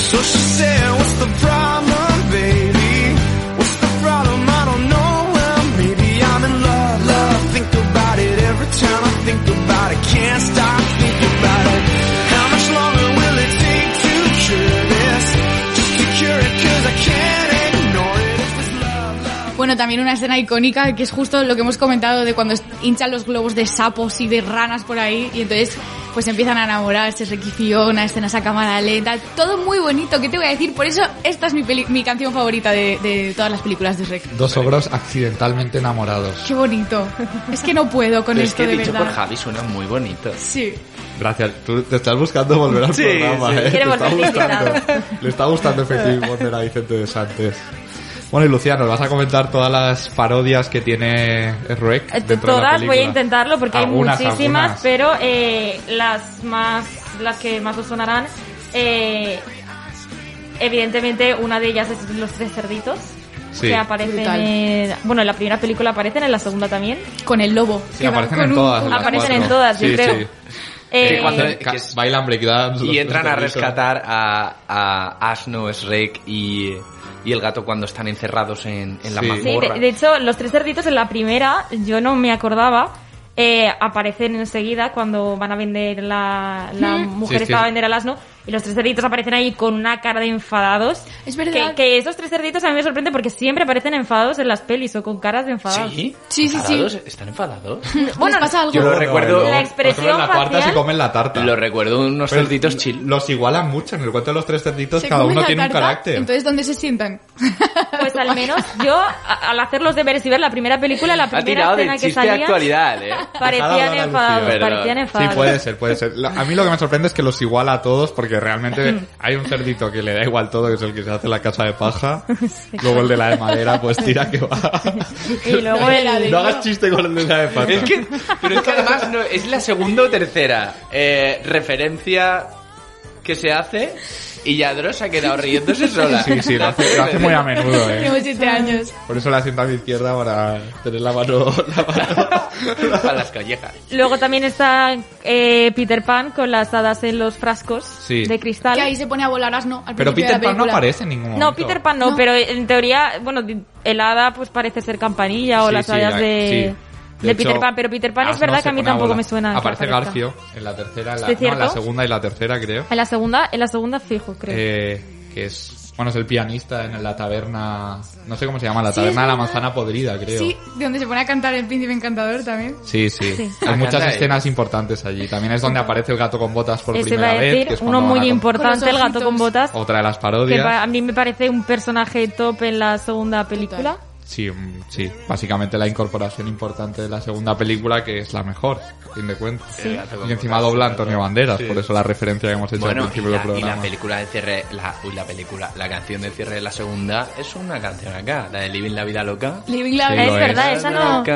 Speaker 18: So she said, what's the problem, baby? What's the problem? I don't know. Well, maybe I'm in love, love. Think about it every time I think about it. Can't stop thinking about it. How much longer will it take to cure this? Just to cure it, cause I can't ignore it. If it's love, love.
Speaker 5: Bueno, también una escena icónica que es justo lo que hemos comentado de cuando hinchan los globos de sapos y de ranas por ahí y entonces pues empiezan a enamorarse, Ricky Fiona, escenas a cámara lenta, todo muy bonito, ¿qué te voy a decir? Por eso esta es mi, peli- mi canción favorita de, de todas las películas de Rec.
Speaker 1: Dos ogros accidentalmente enamorados.
Speaker 5: Qué bonito. Es que no puedo con
Speaker 4: Pero es
Speaker 5: esto
Speaker 4: que
Speaker 5: de
Speaker 4: dicho por
Speaker 5: verdad.
Speaker 4: Javi suena muy bonito.
Speaker 5: Sí.
Speaker 1: Gracias. Tú te estás buscando volver al
Speaker 4: Sí,
Speaker 1: programa,
Speaker 4: sí.
Speaker 1: ¿eh?
Speaker 4: Quiere
Speaker 1: Te está
Speaker 4: volver
Speaker 1: gustando.
Speaker 4: invitado.
Speaker 1: Le está gustando este efectivamente volver a Vicente de Santos. Bueno, y Luciano, vas a comentar todas las parodias que tiene Ruec
Speaker 3: Eh,
Speaker 1: dentro de la
Speaker 3: Todas,
Speaker 1: película.
Speaker 3: voy a intentarlo porque
Speaker 1: Algunas,
Speaker 3: hay muchísimas,
Speaker 1: algunas.
Speaker 3: pero eh, las más las que más os sonarán, eh, evidentemente una de ellas es los tres cerditos.
Speaker 1: Sí.
Speaker 3: Que aparecen
Speaker 5: Brutal.
Speaker 3: en, bueno, en la primera película aparecen, en la segunda también.
Speaker 5: Con el lobo.
Speaker 1: Sí, aparecen en todas. en las
Speaker 3: aparecen en
Speaker 1: cuatro.
Speaker 3: todas, yo
Speaker 1: Sí,
Speaker 3: creo.
Speaker 1: sí.
Speaker 3: Eh,
Speaker 1: Ca- Bailan breakdance. los
Speaker 4: Y entran a
Speaker 1: tres cerditos.
Speaker 4: rescatar a, a Asno, Shrek y, y el gato cuando están encerrados en, en la
Speaker 1: Sí.
Speaker 3: Sí,
Speaker 4: mazmorra.
Speaker 3: de, de hecho, los tres cerditos en la primera, yo no me acordaba, eh, aparecen enseguida cuando van a vender la, la
Speaker 5: Mm.
Speaker 3: mujer
Speaker 5: Sí,
Speaker 3: está a
Speaker 5: sí.
Speaker 3: vender al asno y los tres cerditos aparecen ahí con una cara de enfadados.
Speaker 5: Es verdad.
Speaker 3: Que, que esos tres cerditos a mí me sorprende porque siempre aparecen enfadados en las pelis o con caras de enfadados.
Speaker 4: ¿Sí?
Speaker 5: Sí, sí, sí.
Speaker 4: ¿Enfadados? ¿Están enfadados?
Speaker 3: Bueno,
Speaker 5: pasa algo.
Speaker 4: Yo lo recuerdo...
Speaker 3: La expresión
Speaker 1: Nosotros en la cuarta
Speaker 3: facial-
Speaker 1: se comen la tarta. Lo
Speaker 4: recuerdo unos
Speaker 1: cerditos chill. Los igualan mucho. En el cuento de los tres cerditos
Speaker 5: Se
Speaker 1: cada
Speaker 5: comen
Speaker 1: uno
Speaker 5: la
Speaker 1: tiene un
Speaker 5: tarta,
Speaker 1: carácter.
Speaker 5: Entonces, ¿dónde se sientan?
Speaker 3: Pues al menos yo, a- al hacer los deberes y ver la primera película, la
Speaker 4: Ha
Speaker 3: primera
Speaker 4: tirado
Speaker 3: escena
Speaker 4: del
Speaker 3: que
Speaker 4: chiste
Speaker 3: salía...
Speaker 4: de actualidad, ¿eh?
Speaker 3: Parecían
Speaker 1: Dejad hablar a
Speaker 3: enfadados,
Speaker 1: Lucía.
Speaker 3: parecían enfadados.
Speaker 1: Sí, puede ser, puede ser. Lo- A mí lo que me sorprende es que los iguala a todos porque realmente hay un cerdito que le da igual todo, que es el que se hace la casa de paja. Luego el de la de madera, pues tira que va.
Speaker 3: Y luego el...
Speaker 1: No hagas chiste con el de la de paja.
Speaker 4: Es que, pero es que además no, es la segunda o tercera eh, referencia que se hace Y Yadro se ha quedado riéndose sola.
Speaker 1: Sí, sí, lo hace, lo hace muy a menudo, eh.
Speaker 5: Tengo siete años.
Speaker 1: Por eso la siento a mi izquierda para tener la mano, la mano
Speaker 4: para las callejas.
Speaker 3: Luego también está eh, Peter Pan con las hadas en los frascos
Speaker 1: Sí.
Speaker 3: de cristal.
Speaker 5: Que ahí se pone a volar asno al
Speaker 1: Pero
Speaker 5: principio
Speaker 1: Peter
Speaker 5: de la
Speaker 1: Pan no
Speaker 5: película.
Speaker 1: aparece en ningún momento.
Speaker 3: No, Peter Pan no, pero en teoría, bueno, el hada pues parece ser campanilla o
Speaker 1: Sí,
Speaker 3: las
Speaker 1: sí,
Speaker 3: hadas
Speaker 1: la-
Speaker 3: de,
Speaker 1: sí.
Speaker 3: de
Speaker 1: hecho, ah,
Speaker 3: Peter Pan, pero Peter Pan es
Speaker 1: Asno
Speaker 3: verdad
Speaker 1: se
Speaker 3: que a mí
Speaker 1: pone
Speaker 3: tampoco
Speaker 1: bola.
Speaker 3: me suena. que
Speaker 1: Aparece
Speaker 3: aparezca.
Speaker 1: Garfio en la tercera, en la,
Speaker 3: ¿Es
Speaker 1: no, en la
Speaker 3: cierto?
Speaker 1: segunda y la tercera, creo.
Speaker 3: En la segunda, en la segunda fijo, creo.
Speaker 1: Eh, que es, bueno, es el pianista en la taberna, no sé cómo se llama, la taberna de la manzana podrida, creo.
Speaker 5: Sí, de donde se pone a cantar el príncipe encantador también.
Speaker 1: Sí, sí.
Speaker 5: Sí.
Speaker 1: Hay muchas
Speaker 4: Acá está
Speaker 1: escenas importantes allí. También es donde aparece el gato con botas por
Speaker 3: Ese iba
Speaker 1: primera
Speaker 3: Este a
Speaker 1: vez.
Speaker 3: decir,
Speaker 1: Que es
Speaker 3: uno
Speaker 1: cuando van
Speaker 3: muy
Speaker 1: a com-
Speaker 3: importante, el gato con botas,
Speaker 1: Otra de las
Speaker 3: que
Speaker 1: parodias.
Speaker 3: pa- a mí me parece un personaje top en la segunda película.
Speaker 1: Sí, mm, sí. Básicamente la incorporación importante de la segunda película, que es la mejor, a fin de cuentas.
Speaker 4: Sí. El gato con
Speaker 1: Y encima
Speaker 4: botas,
Speaker 1: dobla
Speaker 4: sí,
Speaker 1: Antonio
Speaker 4: verdad.
Speaker 1: Banderas,
Speaker 4: Sí.
Speaker 1: por eso la referencia que hemos hecho
Speaker 4: Bueno,
Speaker 1: al
Speaker 4: y
Speaker 1: principio del
Speaker 4: la, y la
Speaker 1: programa.
Speaker 4: película de cierre, la, uy, la película, la canción de cierre de la segunda es una canción acá, la de Living la Vida Loca.
Speaker 5: Living la
Speaker 3: Ah,
Speaker 1: Sí,
Speaker 5: vida
Speaker 1: lo
Speaker 5: loca.
Speaker 1: es.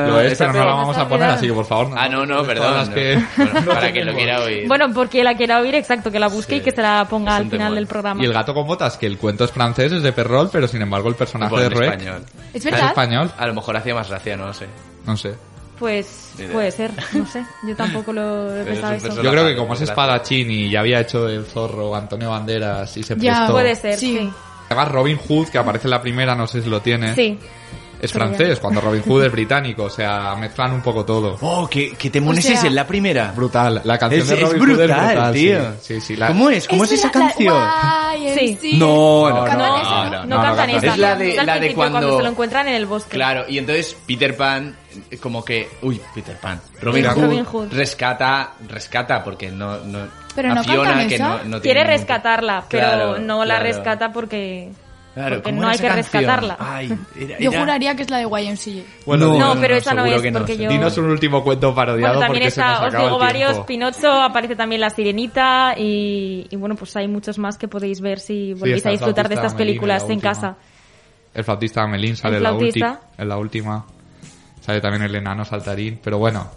Speaker 1: Lo es, pero no la vamos a poner, así que por favor.
Speaker 4: Ah, no, no, perdón.
Speaker 1: Todas las
Speaker 4: no.
Speaker 1: que-
Speaker 4: Bueno, para que lo quiera oír.
Speaker 3: Bueno, porque la quiera oír, exacto, que la busque y que se la ponga al
Speaker 1: un
Speaker 3: final
Speaker 1: temón.
Speaker 3: del programa.
Speaker 1: Y el gato con botas, que el cuento es francés, es de Perrol, pero sin embargo el personaje
Speaker 4: Bueno,
Speaker 1: de
Speaker 4: en
Speaker 1: Rueck
Speaker 4: español.
Speaker 3: ¿Es verdad?
Speaker 1: español.
Speaker 4: A lo mejor hacía más gracia, no lo sé.
Speaker 1: No sé.
Speaker 3: Pues
Speaker 4: Ni idea.
Speaker 3: puede ser, no sé, yo tampoco lo he
Speaker 4: Pero
Speaker 3: pensado
Speaker 4: es un
Speaker 3: eso.
Speaker 1: Yo creo que como es
Speaker 4: Gracias.
Speaker 1: espadachín y ya había hecho el zorro Antonio Banderas y se
Speaker 3: Ya,
Speaker 1: prestó.
Speaker 3: puede ser, sí.
Speaker 1: Además Robin Hood, que aparece en la primera, no sé si lo tiene.
Speaker 3: Sí.
Speaker 1: Es
Speaker 3: Pero
Speaker 1: francés,
Speaker 3: ya.
Speaker 1: cuando Robin Hood es británico, o sea, mezclan un poco todo.
Speaker 4: Oh, que, que te
Speaker 1: moneses
Speaker 4: moneses en la primera.
Speaker 1: Brutal, la canción
Speaker 4: Es-
Speaker 1: de
Speaker 4: es
Speaker 1: Robin Hood es
Speaker 4: brutal,
Speaker 1: brutal, sí.
Speaker 4: tío.
Speaker 1: Sí, sí, la-
Speaker 4: ¿Cómo es? ¿Cómo es, esa canción?
Speaker 3: Sí.
Speaker 4: No, Ah, no,
Speaker 3: Cantan
Speaker 4: no,
Speaker 3: esa, no,
Speaker 4: no, no, no,
Speaker 3: cantan
Speaker 4: no,
Speaker 3: esa.
Speaker 4: es la de-
Speaker 3: Es al
Speaker 4: la de
Speaker 3: principio,
Speaker 4: cuando-
Speaker 3: se lo encuentran en el bosque.
Speaker 4: Claro, y entonces Peter Pan, eh, como que, uy, Peter Pan, Robin
Speaker 3: Mira,
Speaker 4: Hood,
Speaker 3: Robin Hood.
Speaker 4: rescata, rescata, porque no, no,
Speaker 3: Pero
Speaker 4: a
Speaker 3: no
Speaker 4: Fiona,
Speaker 3: cantan
Speaker 4: que
Speaker 3: esa.
Speaker 4: no, no tiene
Speaker 3: Quiere
Speaker 4: ningún-
Speaker 3: rescatarla, pero
Speaker 4: Claro,
Speaker 3: no la
Speaker 4: claro.
Speaker 3: rescata porque,
Speaker 4: Claro,
Speaker 3: porque
Speaker 4: ¿cómo
Speaker 3: no
Speaker 4: era
Speaker 3: hay
Speaker 4: esa
Speaker 3: que
Speaker 4: canción? Ah,
Speaker 3: rescatarla.
Speaker 4: Ay, era-
Speaker 5: Yo
Speaker 4: era-
Speaker 5: juraría que es la de YMCA.
Speaker 3: No, no, pero esa no
Speaker 1: seguro
Speaker 3: es,
Speaker 1: que
Speaker 3: porque yo-
Speaker 1: Dinos un último cuento parodiado
Speaker 3: Bueno, también
Speaker 1: porque se nos
Speaker 3: está, os
Speaker 1: acaba el
Speaker 3: digo
Speaker 1: tiempo.
Speaker 3: varios, Pinocho, aparece también La Sirenita y, y bueno, pues hay muchos más que podéis ver si volvéis
Speaker 1: está
Speaker 3: a
Speaker 1: el
Speaker 3: disfrutar de
Speaker 1: flautista
Speaker 3: estas películas en
Speaker 1: Amelín, la
Speaker 3: casa.
Speaker 1: El flautista Melín sale en
Speaker 3: El
Speaker 1: la,
Speaker 3: flautista.
Speaker 1: ulti- en la última. Sale también el enano saltarín. Pero bueno.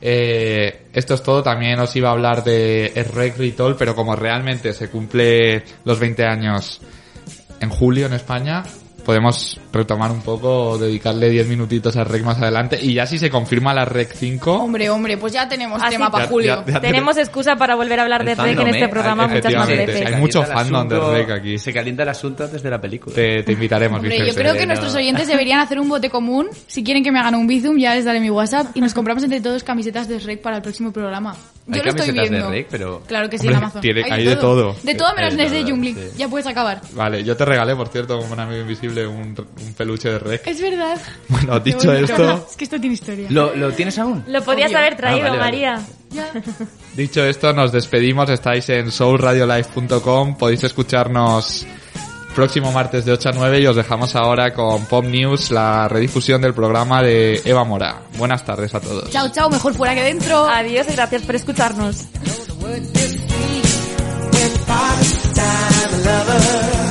Speaker 1: Eh, esto es todo. También os iba a hablar de Rec Ritol, pero como realmente se cumple los 20 años en julio en España, podemos retomar un poco, dedicarle 10 minutitos a Rec más adelante. Y ya si se confirma la Rec 5,
Speaker 5: Hombre, hombre, pues ya tenemos
Speaker 3: Así
Speaker 5: tema para
Speaker 1: Ya-
Speaker 5: julio.
Speaker 1: ya- ya
Speaker 3: Tenemos excusa para volver a hablar de Rec en
Speaker 4: eh.
Speaker 3: este programa muchas más
Speaker 1: efectivamente.
Speaker 3: veces.
Speaker 1: Hay mucho
Speaker 4: Calienta el
Speaker 1: fandom de
Speaker 4: asunto-
Speaker 1: Rec aquí.
Speaker 4: Se calienta el asunto antes de la película.
Speaker 1: te, te invitaremos,
Speaker 5: Hombre, yo
Speaker 1: Vicente.
Speaker 5: creo que nuestros oyentes deberían hacer un bote común. Si quieren que me hagan un bizum, ya les daré mi WhatsApp y nos compramos entre todos camisetas de Shrek para el próximo programa.
Speaker 4: Hay
Speaker 5: Yo lo estoy
Speaker 4: camisetas de
Speaker 5: viendo.
Speaker 4: Shrek, pero-
Speaker 5: Claro que sí, en
Speaker 1: Hombre,
Speaker 5: Amazon.
Speaker 1: tiene- hay de todo.
Speaker 5: De todo
Speaker 1: Hay
Speaker 5: menos
Speaker 1: de
Speaker 5: Nes de
Speaker 1: todo,
Speaker 5: Jungling.
Speaker 1: sí.
Speaker 5: Ya puedes acabar.
Speaker 1: Vale, yo te regalé, por cierto, como un amigo invisible, un, un peluche de Rec.
Speaker 5: Es verdad.
Speaker 1: Bueno,
Speaker 5: Qué
Speaker 1: dicho
Speaker 5: bonito.
Speaker 1: esto,
Speaker 5: Es que esto tiene historia.
Speaker 4: ¿Lo, lo tienes aún?
Speaker 3: Lo podías
Speaker 5: Obvio.
Speaker 3: haber traído,
Speaker 1: Ah, vale, vale.
Speaker 3: María.
Speaker 1: dicho esto, nos despedimos. Estáis en soulradiolife.com. Podéis escucharnos próximo martes de 8 a 9 y os dejamos ahora con Pop News, la redifusión del programa de Eva Mora. Buenas tardes a todos.
Speaker 5: Chao, chao, mejor fuera que dentro.
Speaker 3: Adiós y gracias por escucharnos.
Speaker 19: Time lover.